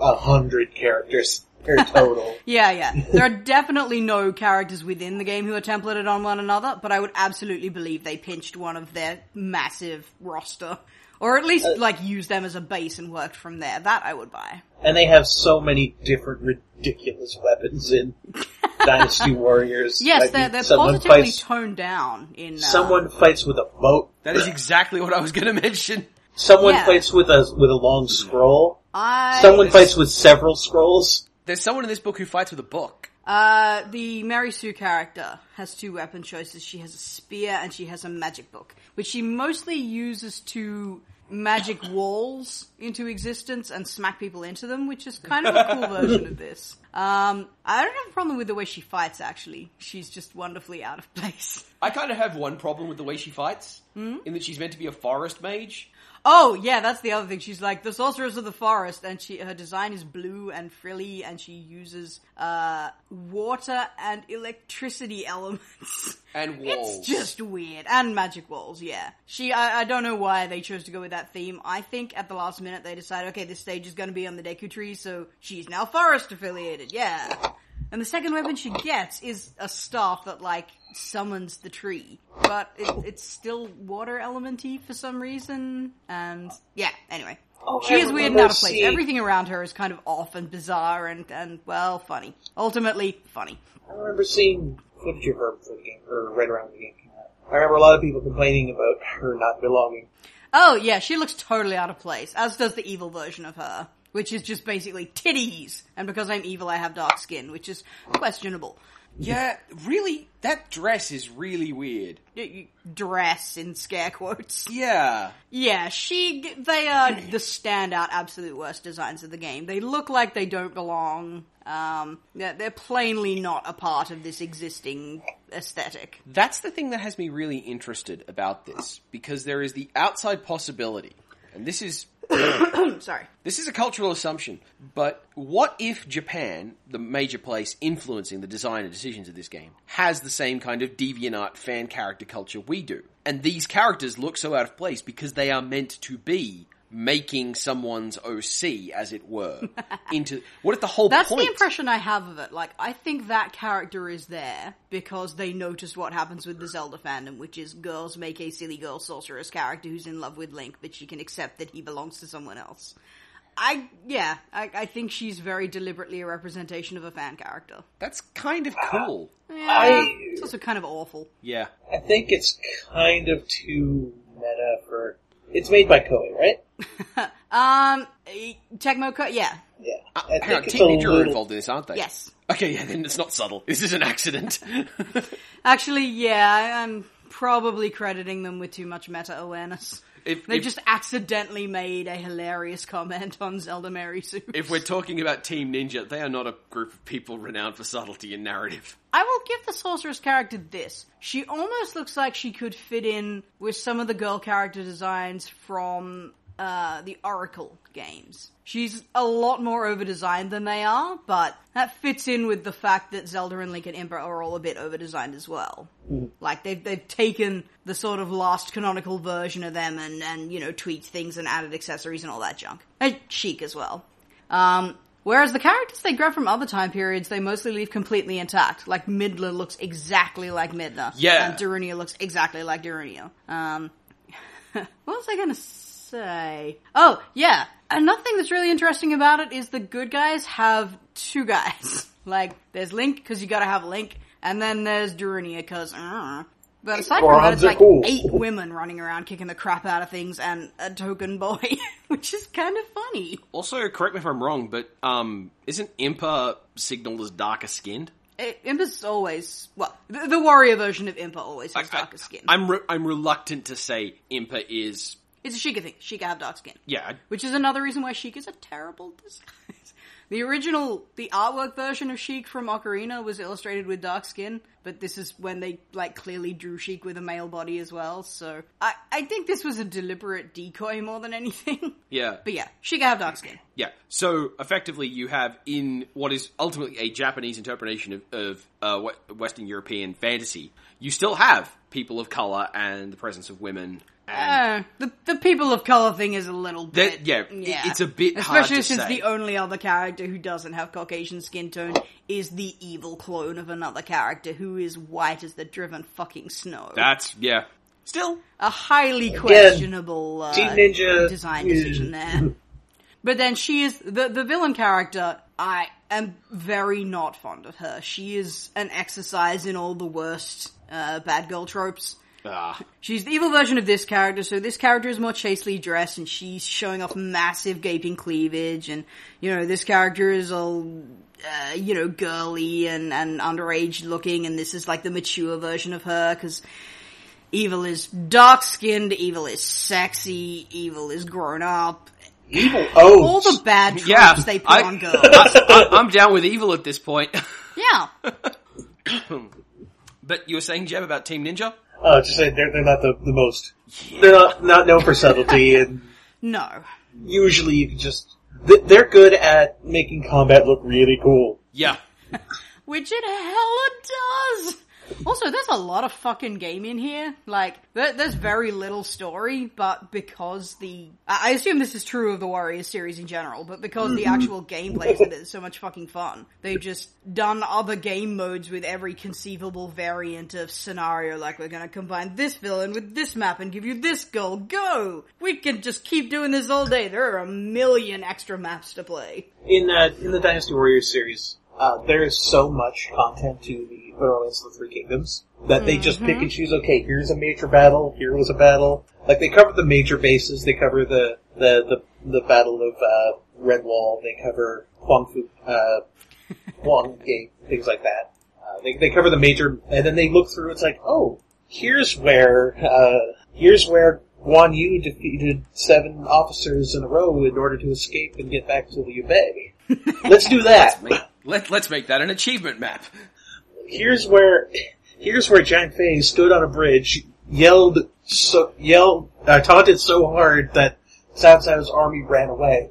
S5: a hundred characters. Or total.
S4: Yeah, yeah. There are definitely no characters within the game who are templated on one another, but I would absolutely believe they pinched one of their massive roster. Or at
S5: Uh,
S4: least, like, used them as a base and worked from there. That I would buy.
S5: and they have so many different ridiculous weapons in Dynasty Warriors.
S4: Yes,
S5: Like,
S4: they're, they're
S5: someone
S4: positively
S5: Fights,
S4: toned down in, uh,
S5: someone fights with a boat.
S1: That is exactly what I was going to mention.
S5: Someone
S4: Yeah.
S5: fights with a with a long scroll.
S4: I,
S5: Someone fights with several scrolls.
S1: There's someone in this book who fights with a book.
S4: Uh, the Mary Sue character has two weapon choices. She has a spear and she has a magic book, which she mostly uses to magic walls into existence and smack people into them, which is kind of a cool version of this. Um, I don't have a problem with the way she fights, actually. She's just wonderfully out of place.
S1: I kind of have one problem with the way she fights,
S4: Hmm?
S1: in that she's meant to be a forest mage.
S4: Oh, yeah, that's the other thing. She's like the sorceress of the forest, and she her design is blue and frilly, and she uses uh water and electricity elements
S1: And walls.
S4: It's just weird and magic walls. Yeah, she. I, I don't know why they chose to go with that theme. I think at the last minute they decided, okay, this stage is going to be on the Deku Tree, so she's now forest affiliated. Yeah. And the second weapon she gets is a staff that like summons the tree, but it, it's still water elementy for some reason. And yeah, anyway, she
S5: I
S4: is weird and
S5: remember
S4: out of place.
S5: seeing-
S4: Everything around her is kind of off and bizarre and and well, funny. Ultimately, funny.
S5: I remember seeing footage of her before the game, or right around the game came out. I remember a lot of people complaining about her not belonging.
S4: Oh yeah, she looks totally out of place, as does the evil version of her, which is just basically titties. And because I'm evil, I have dark skin, which is questionable.
S1: yeah, really, that dress is really weird.
S4: Y- y- Dress in scare quotes.
S1: Yeah.
S4: Yeah, she. g- They are the standout, absolute worst designs of the game. They look like they don't belong. Um, they're, they're plainly not a part of this existing aesthetic.
S1: That's the thing that has me really interested about this, because there is the outside possibility, and this is
S4: Sorry.
S1: This is a cultural assumption, but what if Japan, the major place influencing the design and decisions of this game, has the same kind of deviant fan character culture we do? And these characters look so out of place because they are meant to be making someone's OC, as it were, into what if the whole
S4: That's
S1: point
S4: the impression I have of it. Like, I think that character is there because they notice what happens with the Zelda fandom, which is girls make a silly girl sorceress character who's in love with Link, but she can accept that he belongs to someone else. I, yeah, I, I think she's very deliberately a representation of a fan character.
S1: that's kind of cool.
S4: Yeah,
S5: I-
S4: it's also kind of awful.
S1: Yeah.
S5: I think it's kind of too meta for. It's made by Koei, right?
S1: Uh,
S4: Um, eh, Tecmo Co- yeah,
S5: Yeah.
S1: Uh,
S5: I
S1: hang on,
S5: think it's a
S1: teenager are
S5: little-
S1: involved in this, aren't they?
S4: yes.
S1: Okay, yeah, then it's not subtle. This is an accident.
S4: Actually, yeah, I- I'm probably crediting them with too much meta awareness.
S1: if,
S4: They
S1: if-
S4: just accidentally made a hilarious comment on Zelda Mary Sue.
S1: if we're talking about Team Ninja, they are not a group of people renowned for subtlety and narrative.
S4: I will give the sorceress character this. She almost looks like she could fit in with some of the girl character designs from uh, the Oracle games. She's a lot more over designed than they are, but that fits in with the fact that Zelda and Link and Ember are all a bit over designed as well. Like they've they've taken the sort of last canonical version of them and and you know tweaked things and added accessories and all that junk. And chic as well. Um, whereas the characters they grab from other time periods, they mostly leave completely intact. Like Midler looks exactly like Midler.
S1: Yeah.
S4: And Darunia looks exactly like Darunia. Um, what was I gonna say? Oh, yeah. Another thing that's really interesting about it is the good guys have two guys. like, there's Link, because you gotta have Link, and then there's Darunia, because, But aside from that,
S5: Morons
S4: it's
S5: are
S4: like
S5: cool.
S4: eight women running around kicking the crap out of things and a token boy, which is kind of funny.
S1: Also, correct me if I'm wrong, but um, isn't Impa signaled as darker skinned?
S4: I- Impa's always well. The, the warrior version of Impa always has darker skin.
S1: I'm re- I'm reluctant to say Impa is
S4: it's a Sheikah thing. Sheikah have dark skin,
S1: yeah.
S4: which is another reason why Sheik is a terrible disguise. the original, the artwork version of Sheik from Ocarina was illustrated with dark skin, but this is when they like clearly drew Sheik with a male body as well. So I I think this was a deliberate decoy more than anything.
S1: Yeah,
S4: But yeah, Sheikah have dark skin.
S1: yeah. So effectively, you have in what is ultimately a Japanese interpretation of, of uh, we- Western European fantasy, you still have people of color and the presence of women And
S4: Uh, the the people of color thing is a little
S1: That-
S4: bit
S1: yeah, it- it's a bit hard
S4: especially
S1: to
S4: since
S1: say.
S4: the only other character who doesn't have Caucasian skin tone is the evil clone of another character who is white as the driven fucking snow.
S1: that's yeah. Still,
S4: a highly questionable uh,
S5: Teen Ninja
S4: design
S5: is-
S4: decision there. But then she is the the villain character. I am very not fond of her. She is an exercise in all the worst uh, bad girl tropes.
S1: ah,
S4: She's the evil version of this character, so this character is more chastely dressed and she's showing off massive gaping cleavage and, you know, this character is all, uh, you know, girly and, and underage looking and this is like the mature version of her because evil is dark skinned, evil is sexy, evil is grown up.
S5: Evil Oh,
S4: All
S5: O's.
S4: the bad tropes
S1: yeah.
S4: they put
S1: I-
S4: on girls.
S1: I, I, am down with evil at this point.
S4: yeah.
S1: but you were saying, Jeb, about Team Ninja?
S5: Oh, just say they're, they're not the, the most. They're not, not known for subtlety, and
S4: No.
S5: usually you can just. th- They're good at making combat look really cool.
S1: Yeah.
S4: Which it hella does! Also, there's a lot of fucking game in here. Like, there, there's very little story, but because the. I I assume this is true of the Warriors series in general, but because the actual gameplay is in it is so much fucking fun, they've just done other game modes with every conceivable variant of scenario. Like, we're gonna combine this villain with this map and give you this goal. Go! We can just keep doing this all day. There are a million extra maps to play.
S5: in uh, in the Dynasty Warriors series, uh, there is so much content to the Romance of the Three Kingdoms that they just pick and choose. Okay, here's a major battle. Here was a battle. Like they cover the major bases. They cover the the the, the battle of uh, Redwall. They cover Huang Fu, uh, Huang Gate, things like that. Uh, they they cover the major, and then they look through. It's like, oh, here's where uh, here's where Guan Yu defeated seven officers in a row in order to escape and get back to Liu Bei. Let's do that.
S1: Let, let's make that an achievement map.
S5: Here's where here's where Jiang Fei stood on a bridge, yelled so yelled uh, taunted so hard that Cao Cao's army ran away.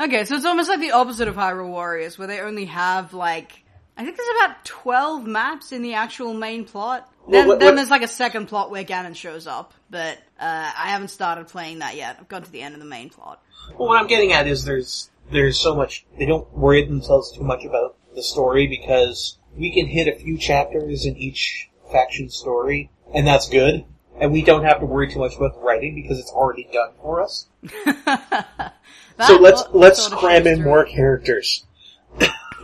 S4: Okay, so it's almost like the opposite of Hyrule Warriors, where they only have like I think there's about twelve maps in the actual main plot. Then,
S5: what-
S4: then
S5: what-
S4: there's like a second plot where Ganon shows up, but uh, I haven't started playing that yet. I've gone to the end of the main plot.
S5: Well, what I'm getting at is there's there's so much they don't worry themselves too much about the story because we can hit a few chapters in each faction story, and that's good. And we don't have to worry too much about the writing because it's already done for us. so
S4: That
S5: let's
S4: plot
S5: let's
S4: sort of
S5: cram
S4: shows
S5: in
S4: through.
S5: more characters.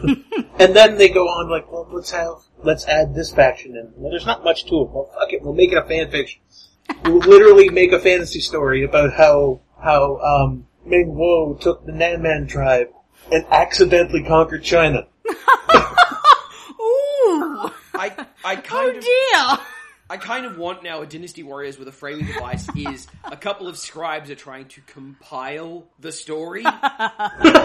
S5: and then they go on like, well, let's have let's add this faction in. Well, there's not much to it. Well, fuck it, we'll make it a fan fiction. we'll literally make a fantasy story about how how um, Ming Wo took the Nanman tribe and accidentally conquered China.
S4: Ooh,
S1: I, I kind of.
S4: oh dear.
S1: I kind of want now a Dynasty Warriors where the framing device is a couple of scribes are trying to compile the story, and,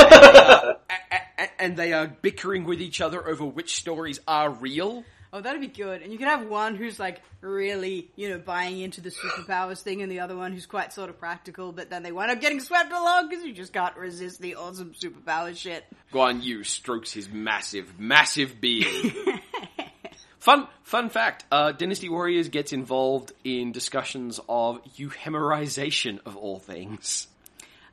S1: they are, a- a- and they are bickering with each other over which stories are real.
S4: Oh, that'd be good. And you could have one who's like really, you know, buying into the superpowers thing, and the other one who's quite sort of practical, but then they wind up getting swept along because you just can't resist the awesome superpower shit.
S1: Guan Yu strokes his massive, massive beard. fun, fun fact: uh, Dynasty Warriors gets involved in discussions of euhemerization of all things.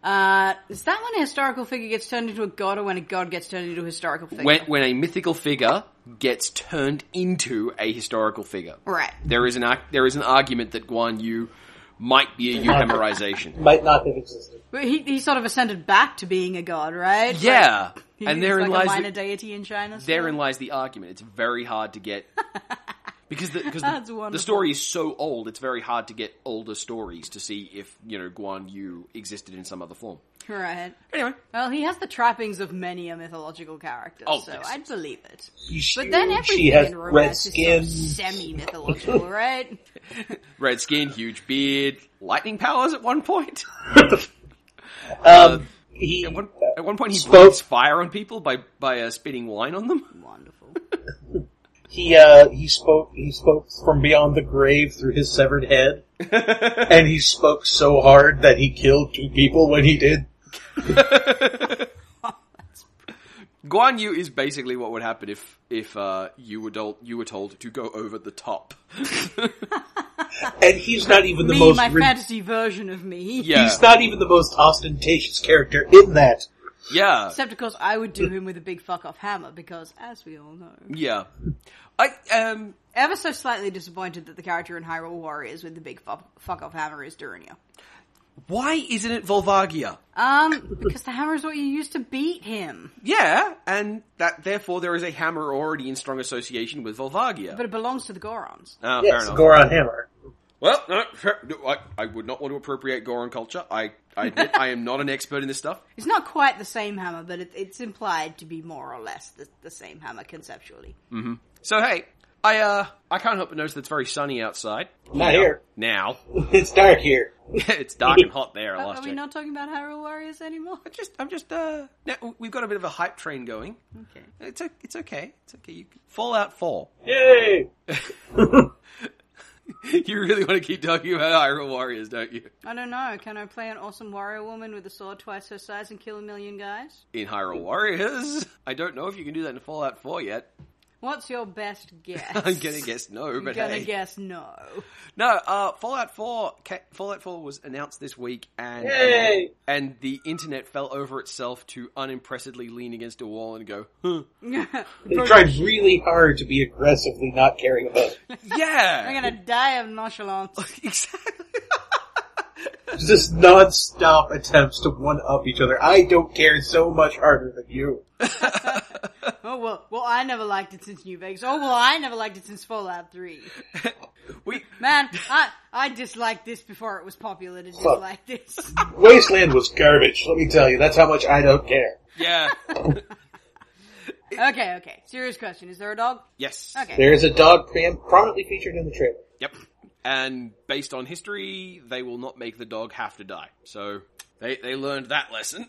S4: Uh, is that when a historical figure gets turned into a god or when a god gets turned into a historical figure?
S1: When, when a mythical figure gets turned into a historical figure,
S4: right.
S1: There is an ar- there is an argument that Guan Yu might be a euhemerization.
S5: Might not have existed.
S4: But he, he sort of ascended back to being a god, right?
S1: yeah,
S4: He
S1: and
S4: was
S1: therein
S4: like a
S1: lies
S4: minor
S1: the,
S4: deity in China. still.
S1: therein lies the argument. It's very hard to get because the, cause
S4: That's
S1: the,
S4: wonderful.
S1: the story is so old. It's very hard to get older stories to see if you know Guan Yu existed in some other form.
S4: Right.
S1: Anyway,
S4: Well, he has the trappings of many a mythological character,
S1: Oh,
S4: so
S1: yes.
S4: I'd believe it.
S5: He's
S4: But then
S5: huge,
S4: everything
S5: he has
S4: in
S5: red
S4: romance
S5: skin.
S4: is sort of semi-mythological, right?
S1: red skin, huge beard, lightning powers at one point.
S5: Um, he,
S1: At one, at one point, he
S5: Spoke-
S1: breathes fire on people by by uh, spitting wine on them.
S4: Wonderful.
S5: He uh, he spoke he spoke from beyond the grave through his severed head, and he spoke so hard that he killed two people when he did.
S1: Guan Yu is basically what would happen if if uh, you were told you were told to go over the top.
S5: And he's not even the
S4: me,
S5: most
S4: my
S5: rid-
S4: fantasy version of me.
S1: Yeah,
S5: he's not even the most ostentatious character in that.
S1: yeah,
S4: Except, of course, I would do him with a big fuck off hammer because, as we all know,
S1: yeah. I um
S4: ever so slightly disappointed that the character in Hyrule Warriors with the big fuck off hammer is Durinio.
S1: why isn't it Volvagia?
S4: Um, because the hammer is what you use to beat him,
S1: Yeah, and that therefore there is a hammer already in strong association with Volvagia.
S4: but it belongs to the Gorons.
S1: Ah, fair
S5: Yes,
S1: enough.
S5: Goron Hammer.
S1: Well, no, fair- no, I, I would not want to appropriate Goron culture. I, I admit I am not an expert in this stuff.
S4: It's not quite the same hammer, but it, it's implied to be more or less the, the same hammer conceptually.
S1: So hey, I uh I can't help but notice that it's very sunny outside
S5: Not here.
S1: now.
S5: It's dark here.
S1: it's dark and hot there. I
S4: Oh, Are,
S1: last
S4: are we
S1: check.
S4: not talking about Hyrule Warriors anymore?
S1: I'm just I'm just uh no, we've got a bit of a hype train going.
S4: Okay.
S1: It's o- it's okay. It's okay. You can Fallout 4.
S5: Yay!
S1: you really want to keep talking about Hyrule Warriors, don't you?
S4: I don't know. Can I play an awesome warrior woman with a sword twice her size and kill a million guys?
S1: In Hyrule Warriors, I don't know if you can do that in Fallout 4 yet.
S4: What's your best guess?
S1: I'm gonna guess no,
S4: You're
S1: but
S4: gonna
S1: hey.
S4: guess no.
S1: No, uh, Fallout 4, ca- Fallout 4 was announced this week, and
S5: Yay!
S1: and the internet fell over itself to unimpressively lean against a wall and go, huh,
S5: They tried really hard to be aggressively not caring about it.
S4: I'm
S1: yeah,
S4: gonna die of nonchalance.
S1: exactly.
S5: Just non-stop attempts to one-up each other. I don't care so much harder than you.
S4: Oh well, well I never liked it since New Vegas. Oh well, I never liked it since Fallout Three.
S1: We
S4: Man, I I disliked this before it was popular to dislike this.
S5: Wasteland was garbage, let me tell you. That's how much I don't care.
S1: yeah
S4: Okay, okay. Serious question: Is there a dog?
S1: yes
S4: Okay.
S5: There is a dog prom- prominently featured in the trailer.
S1: yep, and based on history, they will not make the dog have to die. So they they learned that lesson.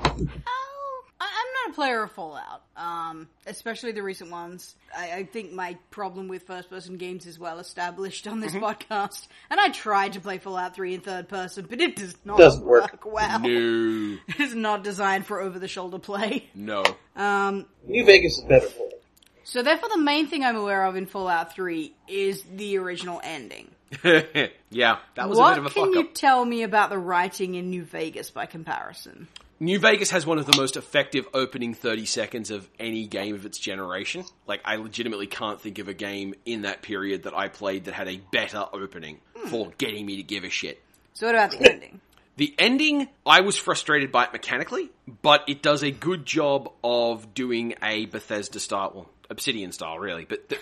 S4: Oh, I, I'm not a player of Fallout, um, especially the recent ones. I, I think my problem with first-person games is well established on
S5: Mm-hmm.
S4: this podcast, and I tried to play Fallout Three in third person, but it does not
S5: Doesn't work.
S4: well.
S1: No,
S4: It is not designed for over-the-shoulder play.
S1: no,
S4: Um,
S5: New Vegas is better for it.
S4: so therefore, the main thing I'm aware of in Fallout Three is the original ending.
S1: yeah, that was
S4: what
S1: a bit of a
S4: can
S1: fuck
S4: you
S1: up.
S4: tell me about the writing in New Vegas by comparison?
S1: New Vegas has one of the most effective opening 30 seconds of any game of its generation. Like, I legitimately can't think of a game in that period that I played that had a better opening
S4: Hmm.
S1: for getting me to give a shit.
S4: So what about the ending?
S1: The ending, I was frustrated by it mechanically, but it does a good job of doing a Bethesda style, well, Obsidian style, really. But th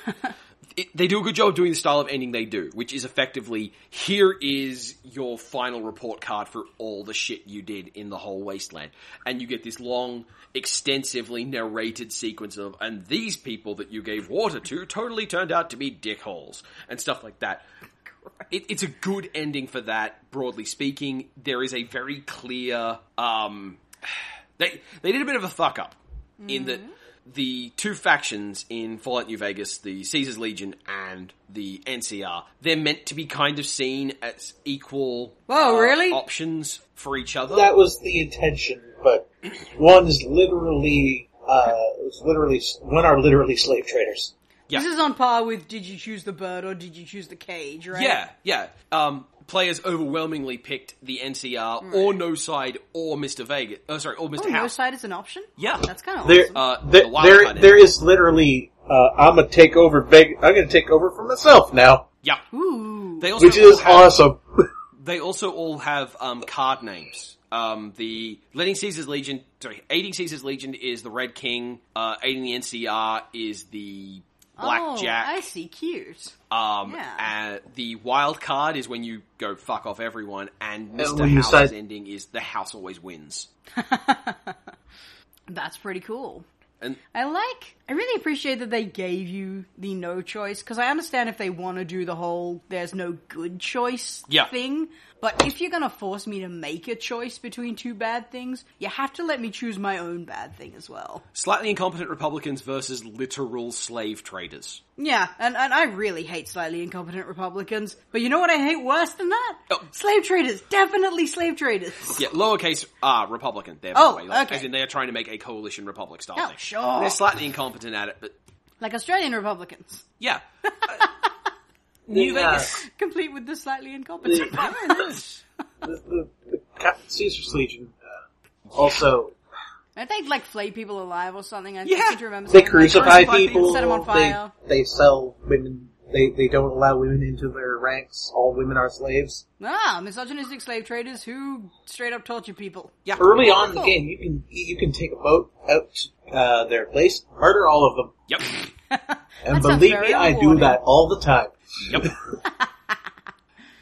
S1: it, they do a good job of doing the style of ending they do, which is effectively here is your final report card for all the shit you did in the whole wasteland, and you get this long, extensively narrated sequence of and these people that you gave water to totally turned out to be dickholes and stuff like that it, it's a good ending for that. Broadly speaking, there is a very clear. Um, they they did a bit of a fuck up in that
S4: Mm-hmm.
S1: the two factions in Fallout New Vegas, the Caesar's Legion and the NCR, they're meant to be kind of seen as equal.
S4: Whoa,
S1: uh,
S4: really?
S1: Options for each other.
S5: That was the intention, but one is literally, uh, was literally, one are literally slave traders.
S1: Yeah.
S4: This is on par with did you choose the bird or did you choose the cage, right?
S1: Yeah, yeah. Um, players overwhelmingly picked the NCR or No Side or Mr. Vegas. Oh, sorry, or Mr.
S4: Oh, no
S1: House.
S4: side is an option?
S1: Yeah.
S4: That's kind of
S5: There,
S4: awesome.
S1: Uh,
S5: there,
S1: the wild
S5: there,
S1: card
S5: there is literally, uh, I'm gonna take over Vegas, I'm gonna take over for myself now,
S1: yeah.
S4: Ooh.
S1: They also
S5: which is
S1: have-
S5: awesome.
S1: they also all have um, card names. Um, the Letting Caesar's Legion, sorry, aiding Caesar's Legion is the Red King. Uh, aiding the NCR is the
S4: Oh, I
S1: Blackjack.
S4: see. Cute.
S1: um,
S4: yeah.
S1: uh, the Wild Card is when you go fuck off everyone, and Mister
S5: Oh, when you
S1: House's
S5: decide-
S1: ending is the house always wins.
S4: That's pretty cool.
S1: And
S4: I like, I really appreciate that they gave you the no choice, because I understand if they want to do the whole there's no good choice
S1: Yeah.
S4: thing, but if you're going to force me to make a choice between two bad things, you have to let me choose my own bad thing as well.
S1: slightly incompetent Republicans versus literal slave traders.
S4: Yeah, and, and I really hate slightly incompetent Republicans, but you know what I hate worse than that?
S1: Oh.
S4: Slave traders, definitely slave traders.
S1: Yeah, lowercase r Republican. There, by
S4: Oh,
S1: the way, like,
S4: okay.
S1: as in they are trying to make a coalition republic style
S4: Oh,
S1: thing.
S4: sure.
S1: They're slightly incompetent at it, but
S4: Like Australian Republicans,
S1: yeah. Uh, New
S5: Yeah.
S1: Vegas.
S4: complete with the slightly incompetent.
S5: The, the, the Ca- Caesar's Legion uh, also
S4: I think like flay people alive or something. I
S1: Yeah.
S4: seem to remember
S5: they
S4: something.
S5: crucify
S1: crucify people,
S5: people.
S4: set 'em on fire.
S5: They, they sell women. They they don't allow women into their ranks. All women are slaves.
S4: Ah, misogynistic slave traders who straight up torture people.
S1: Yeah.
S5: Early on in the game, you can you can take a boat out to uh, their place, murder all of them,
S1: Yep.
S5: and
S4: That sounds
S5: believe
S4: very
S5: me, I do
S4: rewarding.
S5: that all the time.
S1: Yep.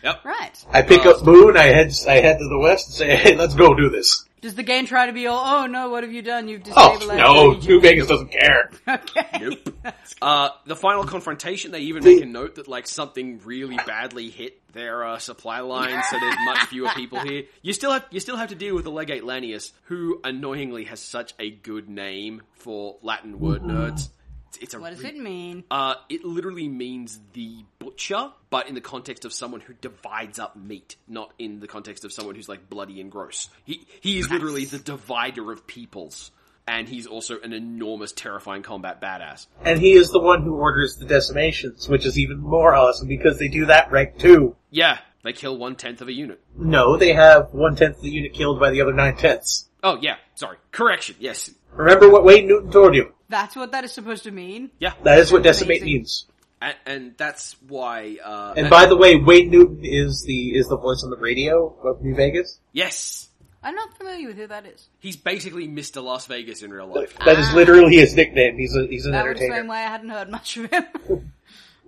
S1: yep.
S4: Right.
S5: I pick up Moon, I head I head to the west and say, "Hey, let's go do this."
S4: Does the game try to be all, oh no, what have you done? You've
S5: Oh
S4: destabilized.
S5: no,
S4: me."
S5: New Vegas doesn't care.
S4: Okay.
S1: Nope. Uh, the final confrontation, they even
S5: The-
S1: make a note that like something really badly hit their uh, supply line, so there's much fewer people here. You still have you still have to deal with the legate Lanius, who annoyingly has such a good name for Latin word nerds. It's, it's a
S4: What does
S1: re-
S4: it mean?
S1: Uh, it literally means the butcher, but in the context of someone who divides up meat, not in the context of someone who's like bloody and gross. He he is literally the divider of peoples, and he's also an enormous, terrifying combat badass.
S5: And he is the one who orders the decimations, which is even more awesome because they do that rank too.
S1: Yeah, they kill one tenth of a unit.
S5: No, they have one tenth of the unit killed by the other nine tenths.
S1: Oh yeah, sorry, correction. Yes,
S5: Remember what Wayne Newton told you.
S4: That's what that is supposed to mean.
S1: yeah,
S5: That is what decimate
S4: Amazing.
S5: means.
S1: and, and that's why. Uh,
S5: And by the way, Wayne Newton is the is the voice on the radio of New Vegas.
S1: yes,
S4: I'm not familiar with who that is.
S1: he's basically Mister Las Vegas in real life.
S5: That is literally his nickname. He's a, he's an
S4: Ah. That would explain
S5: entertainer.
S4: why I hadn't heard much of him.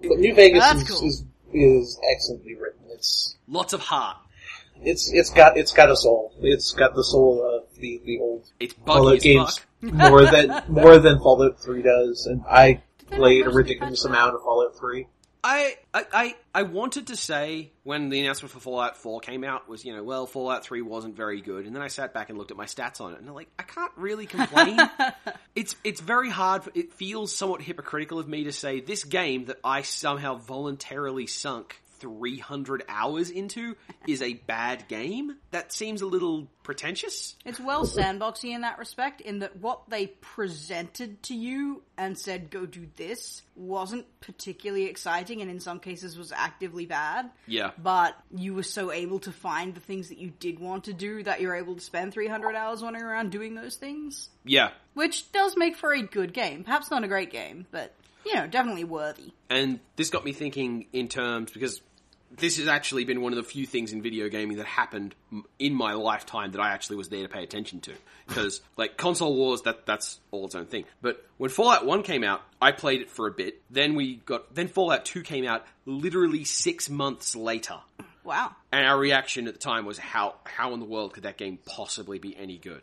S5: But New Vegas
S4: Oh, That's
S5: is,
S4: cool.
S5: is is excellently written. It's
S1: Lots of heart.
S5: it's it's got it's got a soul. It's got the soul of the the old
S1: It's buggy
S5: Fallout
S1: as
S5: games
S1: fuck.
S5: more than more than Fallout Three does, and I
S4: they
S5: played a
S4: not
S5: ridiculous
S4: patch that?
S5: amount of Fallout Three.
S1: I, I, I, I wanted to say when the announcement for Fallout 4 came out was, you know, well, Fallout 3 wasn't very good. And then I sat back and looked at my stats on it and I'm like, I can't really complain. it's, it's very hard. It feels somewhat hypocritical of me to say this game that I somehow voluntarily sunk 300 hours into is a bad game. That seems a little pretentious.
S4: It's well sandboxy in that respect, in that what they presented to you and said, go do this, wasn't particularly exciting and in some cases was actively bad.
S1: Yeah.
S4: But you were so able to find the things that you did want to do that you're able to spend 300 hours wandering around doing those things.
S1: Yeah.
S4: Which does make for a good game. Perhaps not a great game, but, you know, definitely worthy.
S1: And this got me thinking in terms because this has actually been one of the few things in video gaming that happened m- in my lifetime that I actually was there to pay attention to. Because like console wars, that that's all its own thing. But when Fallout One came out, I played it for a bit. Then we got then Fallout Two came out literally six months later,
S4: Wow.
S1: and our reaction at the time was how how in the world could that game possibly be any good?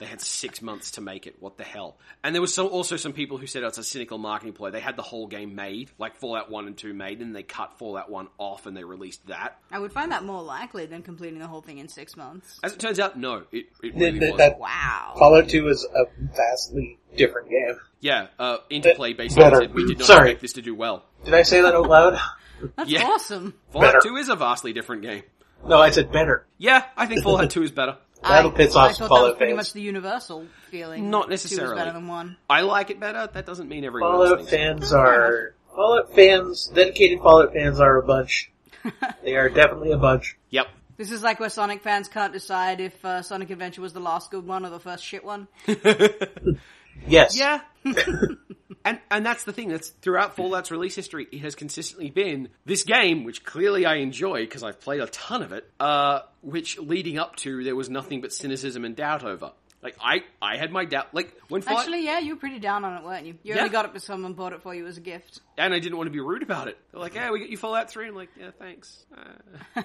S1: they had six months to make it. What the hell? And there was some, also some people who said oh, it's a cynical marketing ploy. They had the whole game made, like Fallout One and Two made, and they cut Fallout One off and they released that.
S4: I would find that more likely than completing the whole thing in six months.
S1: As it turns out, no, it, it
S5: Th-
S1: really
S5: th-
S1: was.
S5: that-
S4: Wow.
S5: Fallout Two is a vastly different game.
S1: yeah, uh, Interplay basically
S5: Better.
S1: said we did not
S5: Sorry.
S1: expect this to do well.
S5: Did I say that out loud?
S4: That's
S1: yeah.
S4: awesome.
S1: Fallout
S5: Better.
S1: Two is a vastly different game.
S5: No, I said better.
S1: Yeah, I think Fallout Two is better.
S5: That'll
S4: I-
S5: piss
S4: I
S5: off
S4: thought that was
S5: Fallout
S4: pretty
S5: fans.
S4: much the universal feeling.
S1: Not
S4: that two was
S1: necessarily.
S4: better than one.
S1: I like it better. That doesn't mean everyone else
S5: Fallout
S1: thinks.
S5: fans are Fallout fans. Dedicated Fallout fans are a bunch. they are definitely a bunch.
S1: Yep.
S4: This is like where Sonic fans can't decide if uh, Sonic Adventure was the last good one or the first shit one.
S5: Yes.
S1: Yeah. and and that's the thing that's throughout Fallout's release history, it has consistently been this game, which clearly I enjoy because I've played a ton of it. Uh, which leading up to there was nothing but cynicism and doubt over. Like I I had my doubt. Like when Fallout,
S4: Actually, yeah, you were pretty down on it, weren't you? You
S1: Yeah.
S4: only got it because someone bought it for you as a gift.
S1: and I didn't want to be rude about it. They're like, "Yeah, we got you Fallout 3." I'm like, "Yeah, thanks." Uh.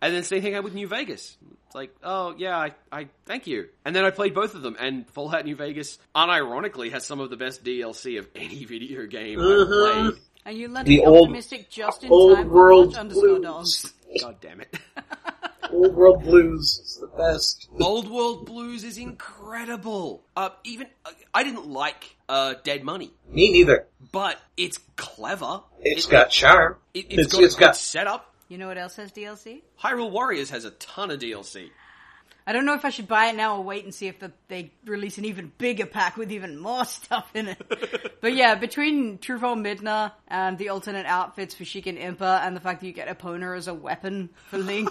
S1: and then same thing happened with New Vegas. It's like, "Oh, yeah, I, I thank you." And then I played both of them, and Fallout New Vegas, unironically, has some of the best DLC of any video game
S5: Mm-hmm.
S1: I've played.
S4: And you learned
S5: The
S4: the
S5: old-
S4: optimistic just in
S5: old
S4: time for
S5: world
S4: watch underscore
S5: blues.
S4: dogs.
S1: God damn it.
S5: Old world blues is the best.
S1: Old World Blues is incredible. Uh, even uh, I didn't like uh, Dead Money,
S5: Me neither.
S1: but it's clever.
S5: It's
S1: It-
S5: got charm.
S1: it, it's got a good setup.
S4: You know what else has DLC?
S1: Hyrule Warriors has a ton of DLC.
S4: I don't know if I should buy it now or wait and see if the, they release an even bigger pack with even more stuff in it. but yeah, between Truffaut Midna and the alternate outfits for Sheik and Impa and the fact that you get a Pona as a weapon for Link.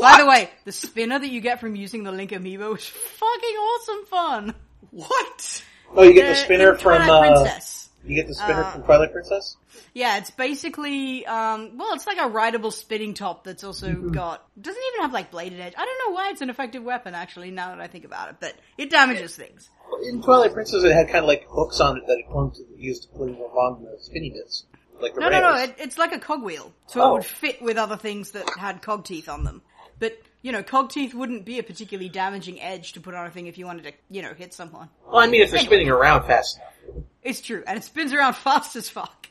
S4: By the way, the spinner that you get from using the Link amiibo is fucking awesome fun.
S1: What?
S5: Oh, you get the
S4: Uh,
S5: spinner
S4: in
S5: from
S4: Twilight
S5: uh,
S4: Princess.
S5: you get the spinner
S4: Uh,
S5: from Twilight Princess.
S4: Yeah, it's basically um well, it's like a rideable spinning top that's also got doesn't even have like bladed edge. I don't know why it's an effective weapon actually now that I think about it, but it damages things.
S5: In Twilight Princess, it had kind of like hooks on it that it clung to, used to cling along the spinny bits, like the
S4: No, no,
S5: rails.
S4: no, it, it's like a cogwheel. So it
S5: Oh.
S4: would fit with other things that had cog teeth on them. But, you know, cog teeth wouldn't be a particularly damaging edge to put on a thing if you wanted to, you know, hit someone.
S5: well, I mean, if they're spinning around fast enough.
S4: It's true, and it spins around fast as fuck.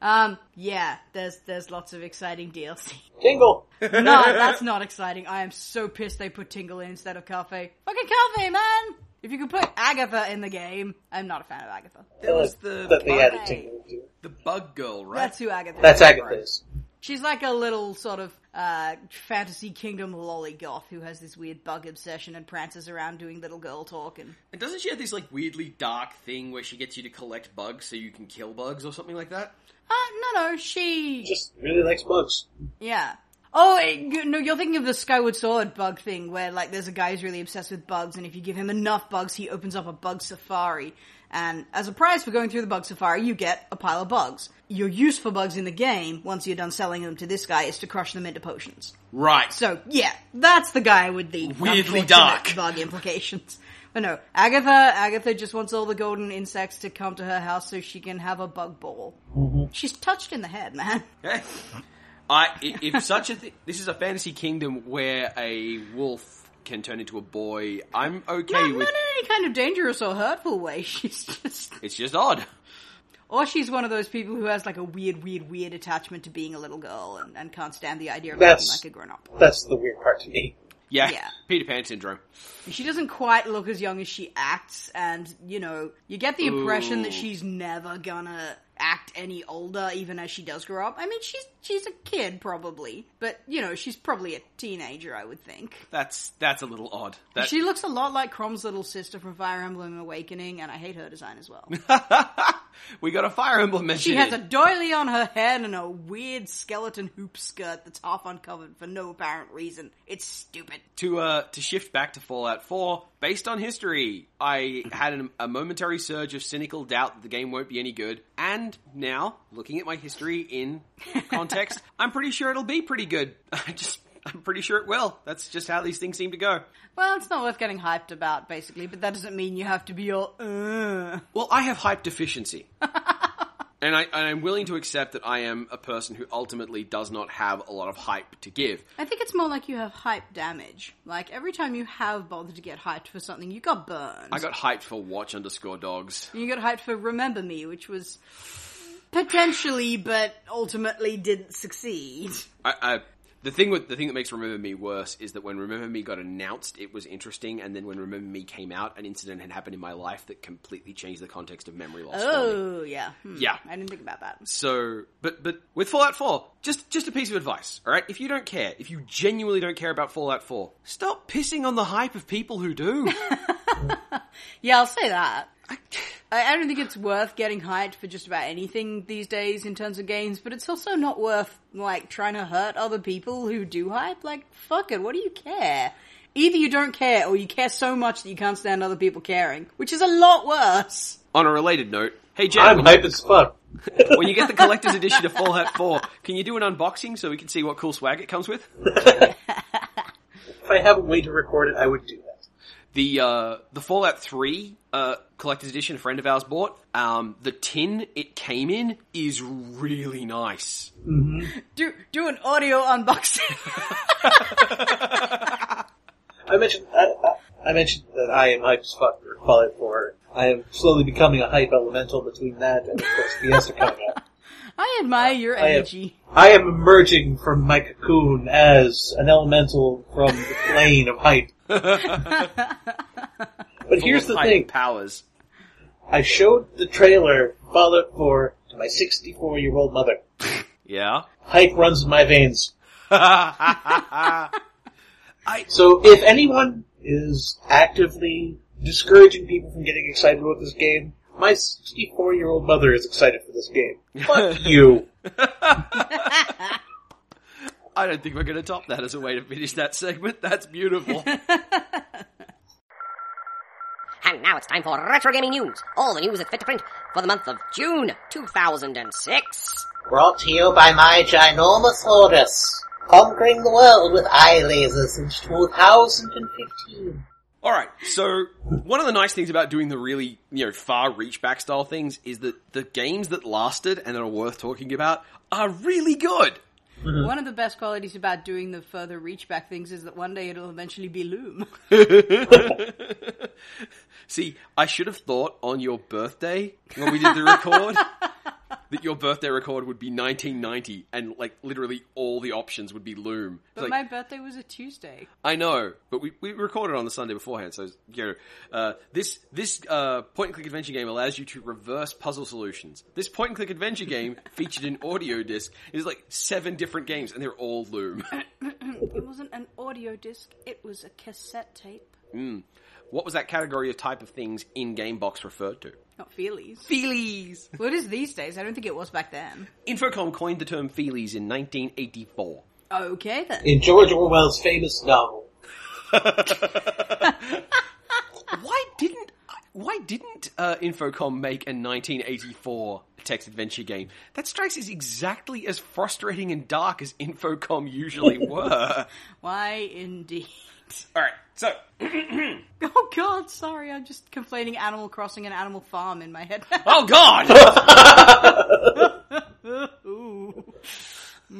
S4: Um, yeah, there's there's lots of exciting DLC.
S5: Tingle.
S4: no, that's not exciting. I am so pissed they put Tingle in instead of Calfe. Fucking Calfe, man! If you could put Agatha in the game, I'm not a fan of Agatha.
S1: There was the
S5: that they added
S1: bug,
S5: Tingle to.
S1: the bug girl, right?
S4: That's who Agatha
S5: That's
S4: is.
S5: Agatha's.
S4: She's like a little sort of uh, fantasy kingdom lollygoth who has this weird bug obsession and prances around doing little girl talk. And
S1: and doesn't she have this like weirdly dark thing where she gets you to collect bugs so you can kill bugs or something like that?
S4: uh, no, no, she
S5: Just really likes bugs.
S4: yeah. Oh it, you- no, you're thinking of the Skyward Sword bug thing where like there's a guy who's really obsessed with bugs, and if you give him enough bugs, he opens up a bug safari. And as a prize for going through the bug safari, you get a pile of bugs. Your use for bugs in the game, once you're done selling them to this guy, is to crush them into potions.
S1: Right.
S4: So yeah, that's the guy with the
S1: Weirdly
S4: unfortunate
S1: dark.
S4: bug implications. But no, Agatha. Agatha just wants all the golden insects to come to her house so she can have a bug ball. She's touched in the head, man.
S1: Okay. I, i- if such a thing, this is a fantasy kingdom where a wolf can turn into a boy. I'm okay
S4: Not,
S1: with.
S4: not in any kind of dangerous or hurtful way. She's just,
S1: It's just odd.
S4: or she's one of those people who has like a weird, weird, weird attachment to being a little girl and, and can't stand the idea of
S5: That's-
S4: looking like a grown up.
S5: That's the weird part to me.
S1: Yeah.
S4: Yeah.
S1: Peter Pan syndrome.
S4: She doesn't quite look as young as she acts, and you know, you get the impression
S1: Ooh.
S4: that she's never gonna act any older, even as she does grow up. I mean, she's she's a kid probably, but you know, she's probably a teenager, I would think.
S1: That's that's a little odd. That,
S4: She looks a lot like Crom's little sister from Fire Emblem Awakening, and I hate her design as well.
S1: we got a fire emblem mention.
S4: She has a doily on her head and a weird skeleton hoop skirt that's half uncovered for no apparent reason. It's stupid.
S1: to uh to shift back to Fallout 4, based on history, I had an, a momentary surge of cynical doubt that the game won't be any good, and now looking at my history in context, I'm pretty sure it'll be pretty good. I just I'm pretty sure it will. That's just how these things seem to go.
S4: Well, it's not worth getting hyped about, basically, but that doesn't mean you have to be all, uh.
S1: Well, I have hype deficiency. and I and I'm willing to accept that I am a person who ultimately does not have a lot of hype to give.
S4: I think it's more like you have hype damage. Like, every time you have bothered to get hyped for something, you got burned.
S1: I got hyped for watch underscore dogs.
S4: you got hyped for Remember Me, which was potentially, but ultimately didn't succeed.
S1: I, I the thing with the thing that makes Remember Me worse is that when Remember Me got announced, it was interesting, and then when Remember Me came out, an incident had happened in my life that completely changed the context of memory loss. for me.
S4: Oh, yeah. Hmm.
S1: Yeah.
S4: I didn't think about that.
S1: So, but but with Fallout 4, just just a piece of advice, all right? If you don't care, if you genuinely don't care about Fallout 4, stop pissing on the hype of people who do.
S4: Yeah, I'll say that. I, I don't think it's worth getting hyped for just about anything these days in terms of games, but it's also not worth like trying to hurt other people who do hype. Like, fuck it, what do you care? Either you don't care, or you care so much that you can't stand other people caring, which is a lot worse.
S1: on a related note, hey Jen,
S5: I'm
S1: when,
S5: hype as fuck.
S1: when you get the collector's edition of Fallout 4, can you do an unboxing so we can see what cool swag it comes with?
S5: If I have a way to record it, I would do that.
S1: the uh, the Fallout Three uh, collector's edition a friend of ours bought. Um, the tin it came in is really nice.
S4: Do do an audio unboxing.
S5: I mentioned I, I, I mentioned that I am hype as fuck for Fallout 4. I am slowly becoming a hype elemental between that and of course Fiesta coming up.
S4: I admire your
S5: I have-
S4: energy.
S5: I am emerging from my cocoon as an elemental from the plane of hype. but here's the
S1: Hiding
S5: thing.
S1: powers.
S5: I showed the trailer Fallout 4 to my 64 year old mother.
S1: Yeah.
S5: Hype runs in my veins.
S1: I
S5: So if anyone is actively discouraging people from getting excited about this game, my 64 year old mother is excited for this game. Fuck you.
S1: I don't think we're going to top that as a way to finish that segment. That's beautiful.
S6: And now it's time for Retro Gaming News. All the news that's fit to print for the month of June 2006.
S7: Brought to you by my ginormous lotus. Conquering the world with eye lasers since 2015.
S1: All right. So one of the nice things about doing the really you know far reach back style things is that the games that lasted and that are worth talking about are really good.
S4: One of the best qualities about doing the further reach back things is that one day it'll eventually be Loom.
S1: See, I should have thought on your birthday when we did the record that your birthday record would be 1990 and like literally all the options would be Loom. It's
S4: But
S1: like,
S4: my birthday was a Tuesday.
S1: I know, but we, we recorded on the Sunday beforehand, so you know, uh, this this uh, point and click adventure game allows you to reverse puzzle solutions. This point and click adventure game featured an audio disc is like seven different games, and they're all Loom.
S4: It wasn't an audio disc, it was a cassette tape.
S1: what was that category of type of things in Game Box referred to?
S4: Not feelies.
S1: Feelies.
S4: What is these days? I don't think it was back then.
S1: Infocom coined the term feelies in 1984.
S4: Okay then.
S5: In George Orwell's famous novel,
S1: Why didn't why didn't uh, Infocom make a 1984 text adventure game? That strikes as exactly as frustrating and dark as Infocom usually were.
S4: Why indeed?
S1: All right, so
S4: Oh god, sorry, I'm just complaining Animal Crossing and Animal Farm in my head.
S1: oh god,
S4: Ooh.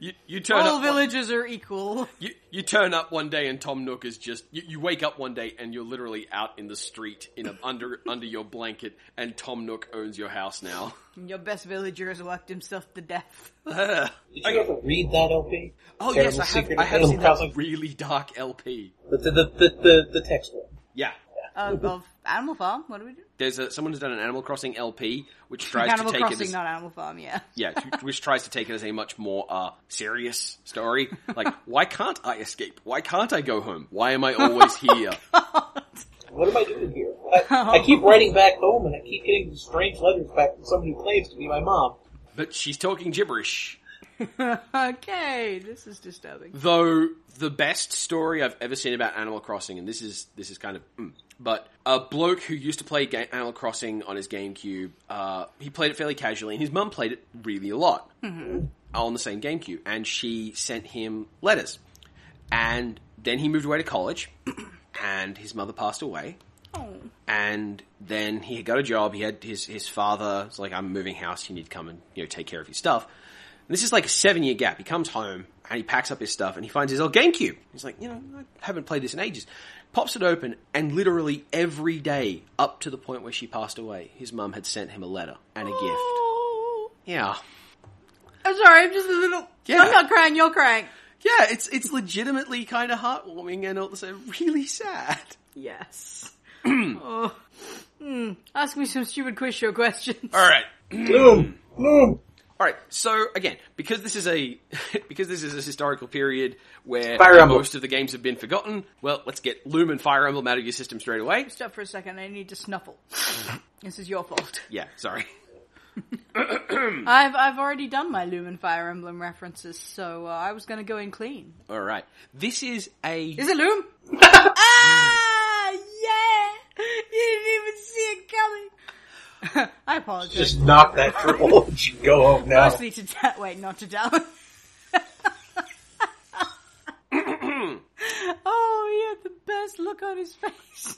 S1: you, you turn
S4: All
S1: up one,
S4: villages are equal.
S1: you, you turn up one day and Tom Nook is just you, you wake up one day and you're literally out in the street in a, under under your blanket and Tom Nook owns your house now.
S4: Your best villager has worked himself to death.
S5: did you ever read that LP?
S1: Oh
S5: Terrible
S1: yes, I have,
S5: Secret
S1: I
S5: of
S1: have
S5: Animal
S1: seen
S5: Crossing.
S1: that really dark LP.
S5: The, the, the, the, the, the text one.
S1: Yeah,
S4: Of, Um, of Animal Farm? What do we do?
S1: there's a, someone who's done an Animal Crossing LP, which tries
S4: Animal
S1: to take
S4: Crossing,
S1: it as,
S4: not Animal Farm, yeah.
S1: yeah, t- which tries to take it as a much more uh, serious story. Like, why can't I escape? Why can't I go home? Why am I always here?
S5: What am I doing here? I, I keep writing back home and I keep getting strange letters back from somebody who claims to be my mom.
S1: But she's talking gibberish.
S4: Okay, this is disturbing.
S1: Though the best story I've ever seen about Animal Crossing, and this is this is kind of, mm, but a bloke who used to play ga- Animal Crossing on his GameCube, uh, he played it fairly casually, and his mum played it really a lot on the same GameCube, and she sent him letters, and then he moved away to college, and his mother passed away, and then he got a job. He had his his father was like, "I'm moving house. You need to come and you know take care of your stuff." And this is like a seven year gap. He comes home and he packs up his stuff and he finds his old GameCube. He's like, "You know, I haven't played this in ages." Pops it open and literally every day up to the point where she passed away, his mum had sent him a letter and a gift.
S4: Oh,
S1: Yeah,
S4: I'm sorry, I'm just a little.
S1: Yeah.
S4: I'm not crying, you're crying.
S1: yeah. It's it's legitimately kind of heartwarming and also really sad.
S4: Yes. oh. Hmm. Ask me some stupid quiz show questions.
S1: All right.
S5: Bloom! Bloom!
S1: All right. So again, because this is a because this is a historical period where
S5: Fire Emblem.
S1: most of the games have been forgotten. Well, let's get Lumen Fire Emblem out of your system straight away.
S4: Stop for a second, I need to snuffle. this is your fault.
S1: Yeah, sorry.
S4: I've I've already done my Lumen Fire Emblem references, so uh, I was going to go in clean.
S1: All right. This is a
S4: Is it Loom? ah, yeah! You didn't even see it coming. I apologize.
S5: Just knock that troll and you go home now.
S4: Mostly to da- wait, not to down. oh, he had the best look on his face.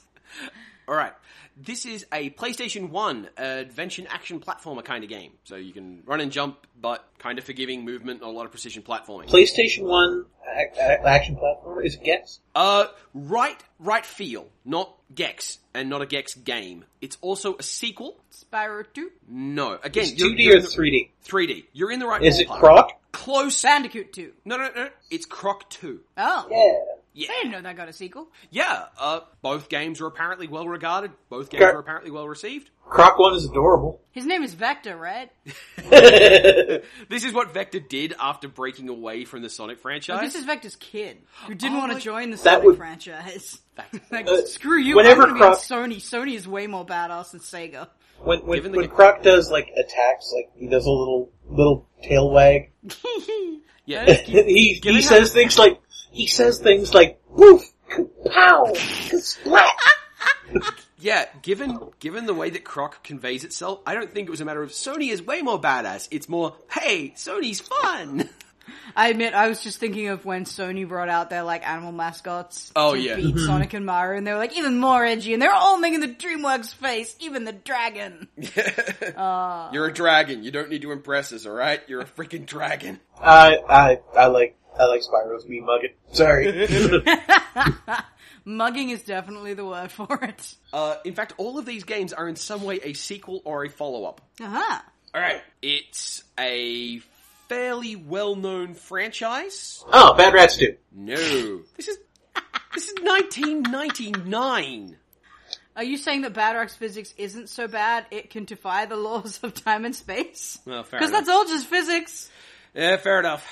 S1: All right. This is a PlayStation 1 adventure action platformer kind of game. So you can run and jump, but kind of forgiving movement and a lot of precision platforming.
S5: PlayStation One ac- ac- action platformer is Gex.
S1: Uh, right, right feel, not Gex, and not a Gex game. It's also a sequel.
S4: Spyro 2.
S1: No, again,
S5: It's
S1: you're-
S5: two D
S1: you're
S5: or
S1: in the-
S5: three D?
S1: 3D. You're in the right.
S5: Is it
S1: ballpark.
S5: Croc?
S1: Close. No,
S4: Bandicoot 2.
S1: no, no. It's Croc Two.
S4: Oh.
S5: Yeah.
S1: Yeah,
S4: I didn't know that got a sequel.
S1: yeah. Uh, both games were apparently well regarded. Both games
S5: Gar-
S1: were apparently well received.
S5: Croc One is adorable.
S4: His name is Vector, right?
S1: This is what Vector did after breaking away from the Sonic
S4: But
S1: franchise.
S4: this is Vector's kid, who didn't
S1: Oh
S4: want
S1: my-
S4: to join the
S5: That
S4: Sonic
S5: would-
S4: franchise.
S1: Vector.
S4: Like,
S5: Uh,
S4: screw you,
S5: whenever
S4: I'm gonna be on
S5: Croc-
S4: Sony. Sony is way more badass than Sega.
S5: When when,
S1: Given the-
S5: when Croc does like attacks, like he does a little little tail wag.
S1: Yeah,
S5: he
S1: Given
S5: he
S1: how-
S5: says things like he says things like woof, pow, splat.
S1: yeah. Given given the way that Croc conveys itself, I don't think it was a matter of Sony is way more badass. It's more, hey, Sony's fun.
S4: I admit, I was just thinking of when Sony brought out their, like, animal mascots
S1: Oh,
S4: to
S1: yeah.
S4: beat
S5: Mm-hmm.
S4: Sonic and Mario, and they were, like, even more edgy, and they're all making the DreamWorks face, even the dragon.
S1: You're a dragon. You don't need to impress us, all right? You're a freaking dragon.
S5: I I I like I like Spyro's mean mugging. Sorry.
S4: Mugging is definitely the word for it.
S1: Uh, in fact, all of these games are in some way a sequel or a follow-up.
S4: Uh-huh.
S1: All right, it's a fairly well-known franchise.
S5: oh, Bad Rats do.
S1: No, this is this is 1999.
S4: Are you saying that Bad Rocks physics isn't so bad it can defy the laws of time and space?
S1: Well, fair
S4: Because
S1: enough.
S4: that's all just physics.
S1: Yeah, fair enough.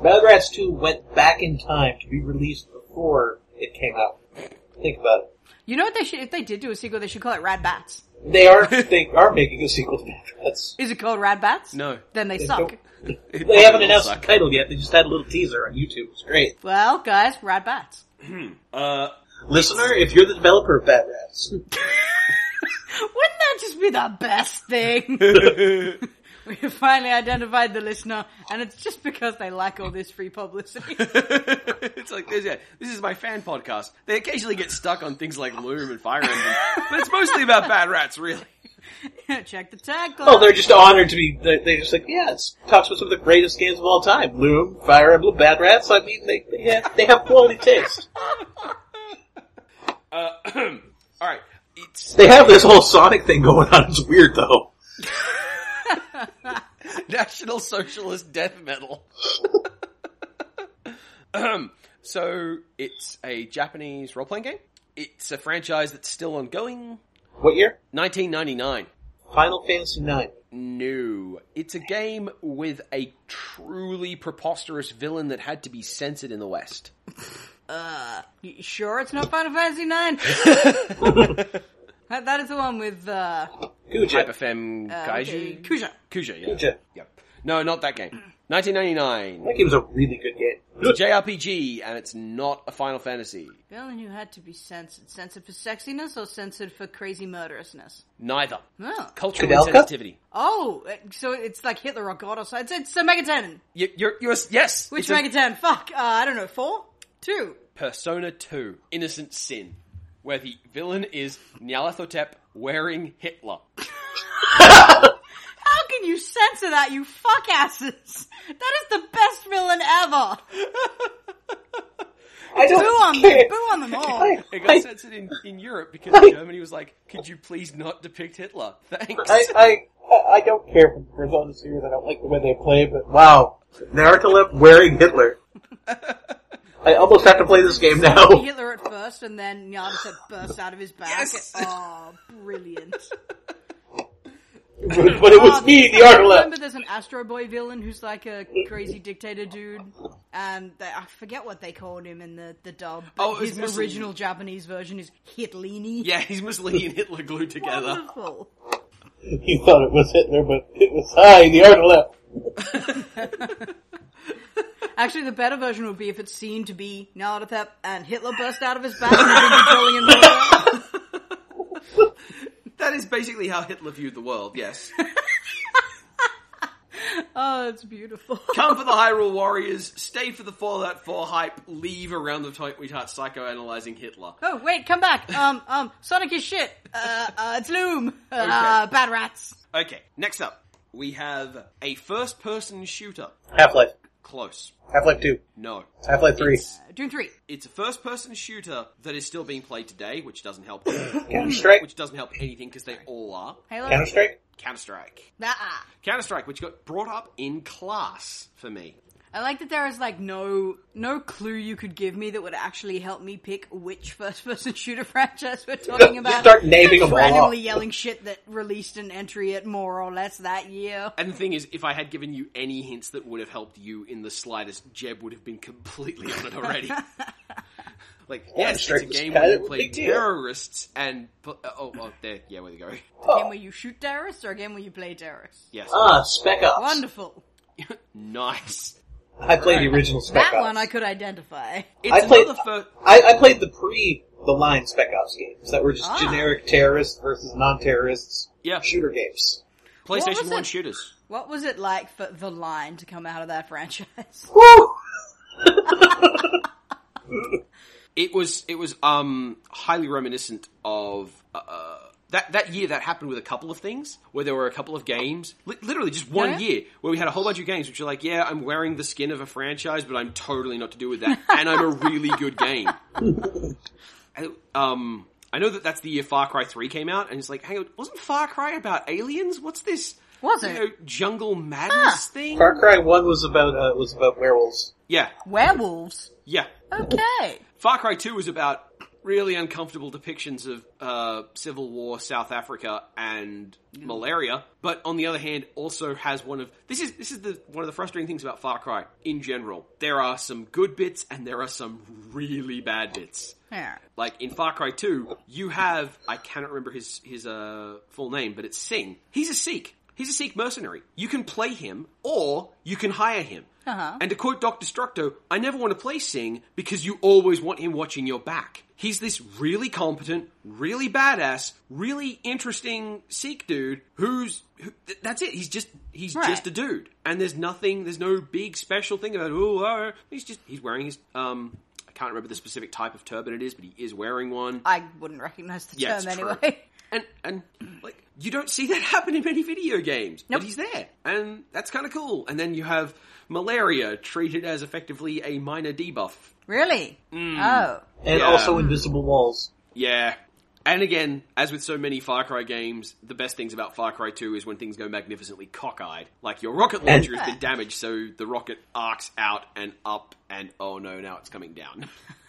S5: Rats 2 went back in time to be released before it came out. Think about it.
S4: You know what they should, if they did do a sequel, they should call it Rad Bats.
S5: They are they are making a sequel to Bad Rats.
S4: Is it called Rad Bats?
S1: No.
S4: Then they
S5: They
S4: suck.
S5: don't- They haven't announced
S1: Suck.
S5: the title yet. They just had a little teaser on YouTube. It's great.
S4: Well, guys, Rad Bats.
S1: Uh,
S5: Listener, if you're the developer of Bad Rats,
S4: Wouldn't that just be the best thing? we have finally identified the listener, and it's just because they like all this free publicity.
S1: it's like this. Yeah, this is my fan podcast. They occasionally get stuck on things like Loom and Fire Emblem, but it's mostly about bad rats, really.
S4: Check the tag.
S5: oh, they're just honored to be. They, they're just like, yeah, it's talks with some of the greatest games of all time: Loom, Fire Emblem, Bad Rats. I mean, they they have, they have quality taste.
S1: All right, it's
S5: They have this whole Sonic thing going on. It's weird though.
S1: National Socialist Death Metal. Ahem. so it's a Japanese role playing game. It's a franchise that's still ongoing.
S5: What year?
S1: 1999.
S5: Final Fantasy IX.
S1: No, it's a game with a truly preposterous villain that had to be censored in the West.
S4: You sure it's not Final Fantasy Nine? that is the one with uh,
S5: Guja.
S1: Hyperfem
S4: uh,
S1: Kaiji.
S4: Kuja.
S1: Kuja, yeah.
S5: Kuja.
S1: Yep. No, not that game. 1999.
S5: That game's a really good game.
S1: It's a JRPG, and it's not a Final Fantasy.
S4: Villain who had to be censored. Censored for sexiness or censored for crazy murderousness?
S1: Neither.
S4: Oh,
S1: Cultural
S5: Kudelka?
S1: insensitivity.
S4: oh it- so it's like Hitler or God or so. It's, it's a Megaton.
S1: You, you're, you're, yes!
S4: Which
S1: it's a-
S4: Megaton? Fuck, uh, I don't know, four? Two.
S1: Persona 2, Innocent Sin, where the villain is Nyarlathotep wearing Hitler.
S4: How can you censor that, you fuckasses? That is the best villain ever.
S5: I
S4: Boo
S5: don't
S4: on them,
S5: care.
S4: boo on them all.
S5: I,
S1: It got
S5: I,
S1: censored in, in Europe because
S5: Hey.
S1: Germany was like, could you please not depict Hitler? Thanks.
S5: I, I, I- I don't care for Persona series. I don't like the way they play, but wow, Naruto wearing Hitler. I almost have to play this game
S4: Baby
S5: now.
S4: Hitler at first, and then Yarnset bursts out of his back.
S1: Yes.
S4: Oh, brilliant.
S5: but it was
S4: Oh,
S5: me, the
S4: I
S5: Artelep.
S4: Remember, there's an Astro Boy villain who's like a crazy dictator dude, and they, I forget what they called him in the the dub. but
S1: Oh, it was
S4: his
S1: Mussolini.
S4: original Japanese version is Hitlini.
S1: yeah, he's Mussolini and Hitler glued together.
S4: Wonderful.
S5: You thought it was Hitler, but it was I, the Artelep.
S4: Actually, the better version would be if it's seen to be Naruto and Hitler burst out of his back and they've been controlling him. the whole time.
S1: That is basically how Hitler viewed the world, yes.
S4: Oh, it's beautiful.
S1: Come for the Hyrule Warriors, stay for the Fallout 4 hype, leave around the time we start psychoanalyzing Hitler.
S4: Oh wait, come back. Um, um, Sonic is shit. Uh, uh, it's Loom. Uh, bad rats.
S1: Okay, next up, we have a first person shooter.
S5: Half Life,
S1: Close.
S5: Half Life Two,
S1: No.
S5: Half Life Three.
S4: Uh, Doom three.
S1: It's a first person shooter that is still being played today, which doesn't help.
S5: Counter Strike,
S1: which doesn't help anything because they all are.
S4: Halo.
S5: Counter Strike.
S1: Counter Strike.
S4: Nah.
S1: Counter Strike, which got brought up in class for me.
S4: I like that there is like no no clue you could give me that would actually help me pick which first person shooter franchise we're talking about.
S5: Start naming them all off.
S4: randomly yelling shit that released an entry at more or less that year.
S1: And the thing is, if I had given you any hints that would have helped you in the slightest, Jeb would have been completely on it already. like, yes, it's
S5: Strike
S1: a
S5: was
S1: game
S5: kind
S1: where
S5: of
S1: you
S5: a
S1: play
S5: big deal.
S1: terrorists and. pu- uh, Oh, oh, there, yeah, where they go.
S5: Oh.
S4: A game where you shoot terrorists or a game where you play terrorists.
S1: Yes.
S5: Ah, Spec Ops.
S4: Wonderful.
S1: nice.
S5: I played the original Spec
S4: that
S5: Ops.
S4: one I could identify.
S1: It's
S5: I played-
S1: another first.
S5: I, I played the pre the line Spec Ops games that were just
S4: Ah.
S5: generic terrorists versus non terrorists
S1: Yeah.
S5: shooter games.
S4: What
S1: PlayStation
S4: was
S1: 1
S4: it?
S1: shooters.
S4: What was it like for the line to come out of that franchise?
S5: Woo!
S1: It was it was um highly reminiscent of uh, that that year that happened with a couple of things where there were a couple of games li- literally just one
S4: Yeah.
S1: year where we had a whole bunch of games which are like yeah I'm wearing the skin of a franchise but I'm totally not to do with that and I'm a really good game. And, um, I know that that's the year Far Cry Three came out and it's like hang on wasn't Far Cry about aliens? What's this?
S4: Was
S1: you
S4: it?
S1: know, jungle madness thing?
S5: Far Cry One was about uh, was about werewolves.
S1: Yeah,
S4: Werewolves.
S1: yeah.
S4: Okay.
S1: Far Cry 2 was about really uncomfortable depictions of uh, Civil War South Africa and malaria, but on the other hand, also has one of this is this is the one of the frustrating things about Far Cry in general. There are some good bits and there are some really bad bits.
S4: Yeah.
S1: Like in Far Cry 2, you have I cannot remember his his uh, full name, but it's Singh. He's a Sikh. He's a Sikh mercenary. You can play him or you can hire him.
S4: Uh-huh.
S1: And to quote Doctor Structo, I never want to play Singh because you always want him watching your back. He's this really competent, really badass, really interesting Sikh dude who's who, th- that's it. He's just he's
S4: Right.
S1: just a dude. And there's nothing there's no big special thing about oh uh," he's just he's wearing his um I can't remember the specific type of turban it is, but he is wearing one.
S4: I wouldn't recognize the
S1: Yeah, it's
S4: term
S1: true.
S4: anyway.
S1: And and like you don't see that happen in many video games,
S4: Nope.
S1: but he's there, and that's kind of cool. And then you have malaria treated as effectively a minor debuff.
S4: Really?
S5: Mm.
S4: Oh.
S5: And
S1: Yeah.
S5: also invisible walls.
S1: Yeah. And again, as with so many Far Cry games, the best things about Far Cry 2 is when things go magnificently cockeyed. Like your rocket launcher has been damaged, so the rocket arcs out and up, and oh no, now it's coming down.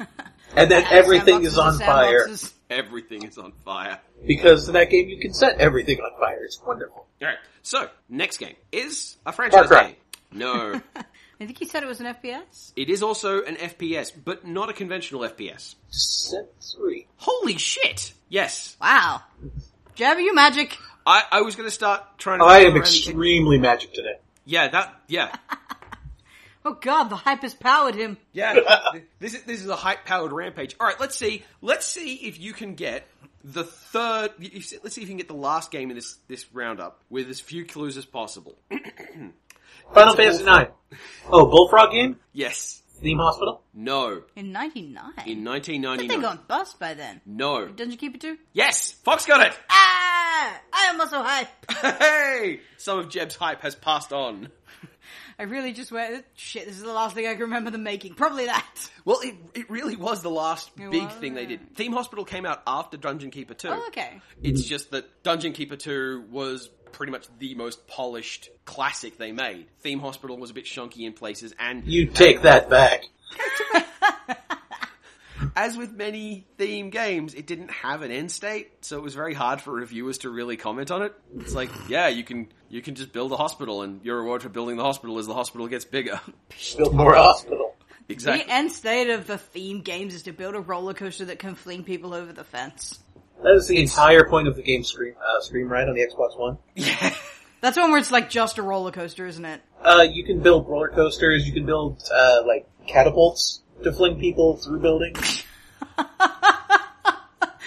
S5: And then everything is on
S4: Sandboxes,
S5: fire.
S4: sandboxes.
S1: Everything is on fire.
S5: Because in that game you can set everything on fire. It's wonderful.
S1: Alright, so, next game is a franchise
S5: Far Cry.
S1: game. No.
S4: I think you said it was an FPS.
S1: It is also an FPS, but not a conventional FPS.
S5: Set three.
S1: Holy shit! Yes,
S4: Wow. Jab, are you magic?
S1: I, I was going to start trying to.
S5: I am
S1: around-
S5: extremely magic today.
S1: Yeah, that. Yeah,
S4: Oh god, the hype has powered him.
S1: yeah. this is this is a hype powered rampage. All right, let's see. Let's see if you can get the third. you- you see- Let's see if you can get the last game in this this roundup with as few clues as possible.
S5: Final Fantasy Nine. Oh, Bullfrog game?
S1: Yes.
S5: Theme Hospital?
S1: No.
S4: In 99.
S1: In
S4: Did they
S1: 1999.
S4: gone bust by then?
S1: No.
S4: Didn't you keep it too?
S1: Yes. Fox got it.
S4: Ah! I am also hype.
S1: Hey. Some of Jeb's hype has passed on.
S4: I really just went, shit, this is the last thing I can remember them making. Probably that.
S1: Well, it, it really was the last
S4: It
S1: big
S4: was.
S1: thing they did. Theme Hospital came out after Dungeon Keeper 2.
S4: Oh, okay.
S1: It's just that Dungeon Keeper 2 was pretty much the most polished classic they made. Theme Hospital was a bit shonky in places, and
S5: You take that back.
S1: as with many theme games, it didn't have an end state, so it was very hard for reviewers to really comment on it. It's like, yeah, you can you can just build a hospital, and your reward for building the hospital is the hospital gets bigger.
S5: Build more hospital.
S1: exactly.
S4: The end state of the theme games is to build a roller coaster that can fling people over the fence.
S5: That is the entire point of the game Scream, uh, Scream Ride on the Xbox One.
S4: That's one where it's like just a roller coaster, isn't it?
S5: Uh, you can build roller coasters, you can build, uh, like, catapults to fling people through buildings.
S4: How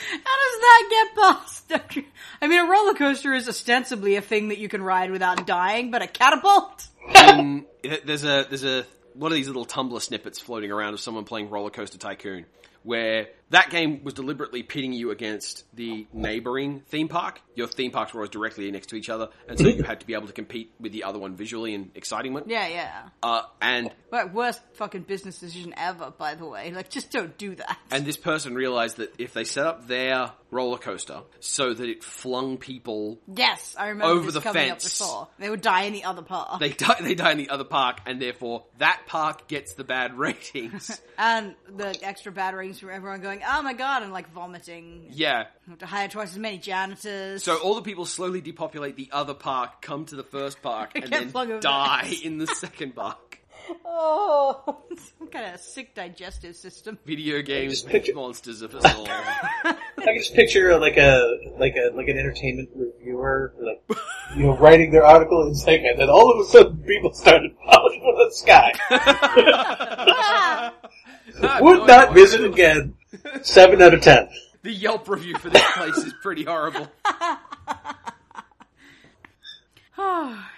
S4: does that get past? I mean, a roller coaster is ostensibly a thing that you can ride without dying, but a catapult?
S1: playing. th- There's a there's a one of these little Tumblr snippets floating around of someone playing Roller Coaster Tycoon, where that game was deliberately pitting you against the neighboring theme park. Your theme parks were always directly next to each other, and so you had to be able to compete with the other one visually and excitement.
S4: Yeah, yeah.
S1: Uh, and
S4: Like, worst fucking business decision ever, by the way. Like, just don't do that.
S1: And this person realized that if they set up their roller coaster so that it flung people,
S4: yes, I remember
S1: Over
S4: this
S1: the
S4: coming
S1: fence.
S4: up before. They would die in the other park.
S1: they die, they die in the other park, and therefore that park gets the bad ratings.
S4: and the extra bad ratings from everyone going, oh my god, and like vomiting.
S1: yeah.
S4: You have to hire twice as many janitors.
S1: So all the people slowly depopulate the other park, come to the first park, and
S4: Get
S1: then
S4: flung over
S1: die
S4: the fence.
S1: in the second park.
S4: oh, some kind of sick digestive system.
S1: Video games
S5: just
S1: make
S5: picture-
S1: monsters of us all.
S5: I can just picture like a like a like an entertainment reviewer, like you know, writing their article in segment, and then all of a sudden people started falling from the sky.
S4: Ah,
S5: Would not visit again. Seven out of ten.
S1: The Yelp review for this place is pretty horrible.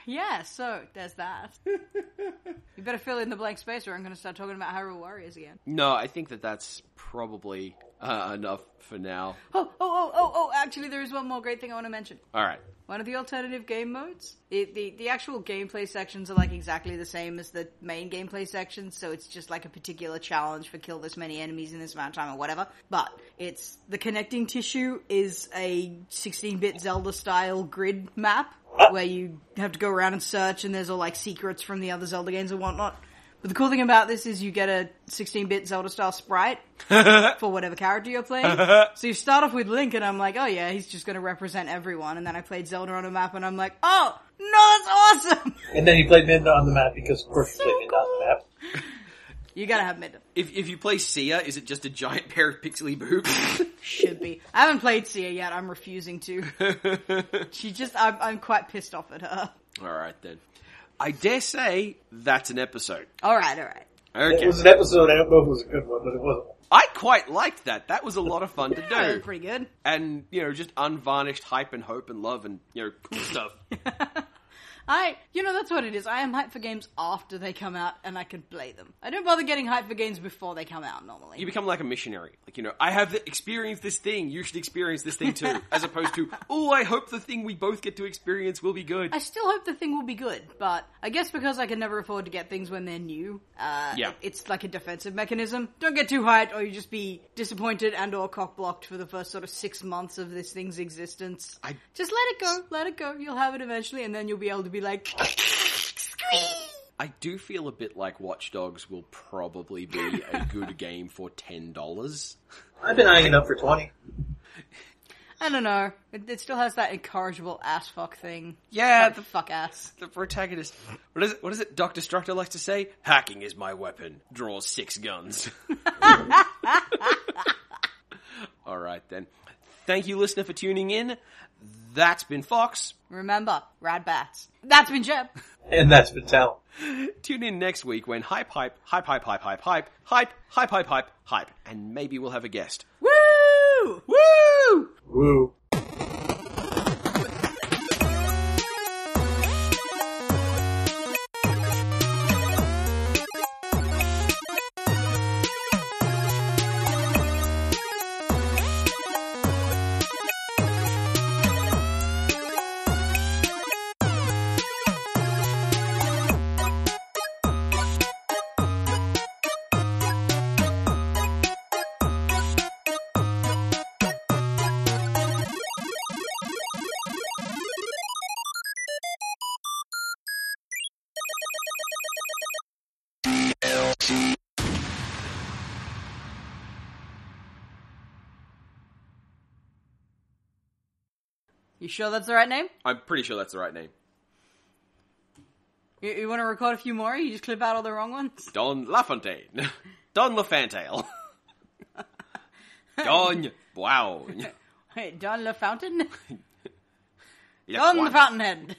S4: yeah, so there's that. you better fill in the blank space or I'm going to start talking about Hyrule Warriors again.
S1: No, I think that that's probably uh, enough for now.
S4: Oh, oh, oh, oh, oh, actually, there is one more great thing I want to mention.
S1: All right.
S4: One of the alternative game modes. The, the the actual gameplay sections are like exactly the same as the main gameplay sections, so it's just like a particular challenge for kill this many enemies in this amount of time or whatever. But it's the connecting tissue is a 16-bit Zelda style grid map where you have to go around and search, and there's all like secrets from the other Zelda games and whatnot. But the cool thing about this is you get a 16-bit Zelda style sprite, for whatever character you're playing. so you start off with Link, and I'm like, oh yeah, he's just going to represent everyone. And then I played Zelda on a map, and I'm like, oh no, that's awesome!
S5: And then you played Minda on the map because of course you played Minda on the map.
S4: you gotta have Midna.
S1: If if you play Sia, is it just a giant pair of pixely boobs?
S4: Should be. I haven't played Sia yet. I'm refusing to. she just, I'm, I'm quite pissed off at her.
S1: all right then. I dare say that's an episode.
S4: All right, all right.
S1: Okay.
S5: It was an episode, I don't know if it was a good one, but it was
S1: I quite liked that. That was a lot of fun to
S4: That was
S1: do.
S4: pretty good.
S1: And, you know, just unvarnished hype and hope and love and, you know, cool stuff.
S4: I, you know, that's what it is. I am hyped for games after they come out, and I can play them. I don't bother getting hyped for games before they come out normally.
S1: You become like a missionary. Like, you know, I have experienced this thing, you should experience this thing too. As opposed to, oh, I hope the thing we both get to experience will be good.
S4: I still hope the thing will be good, but I guess because I can never afford to get things when they're new, uh,
S1: Yeah.
S4: it- it's like a defensive mechanism. Don't get too hyped or you just be disappointed and or cock-blocked for the first sort of six months of this thing's existence.
S1: I-
S4: Just let it go, let it go. You'll have it eventually and then you'll be able to be like,
S1: I do feel a bit like Watch Dogs will probably be a good game for $10.
S5: I've been eyeing it up for twenty.
S4: I don't know. It, it still has that incorrigible ass fuck thing.
S1: Yeah,
S4: the fuck ass.
S1: the protagonist. What is it? What is it? Doctor Structor likes to say, "Hacking is my weapon." Draws six guns. All right then. Thank you, listener, for tuning in. That's been Fox.
S4: Remember, rad bats. That's been Jeb.
S5: And that's been talent.
S1: Tune in next week when hype, hype, hype, hype, hype, hype, hype, hype, hype, hype, hype, hype, and maybe we'll have a guest.
S4: Woo! Woo!
S5: Woo.
S4: You sure that's the right name?
S1: I'm pretty sure that's the right name.
S4: You, you want to record a few more? You just clip out all the wrong ones?
S1: Don LaFontaine. Don LaFantail. Don. Wow.
S4: Wait, Don LaFountain?
S1: Yes,
S4: Don
S1: one.
S4: the Fountainhead.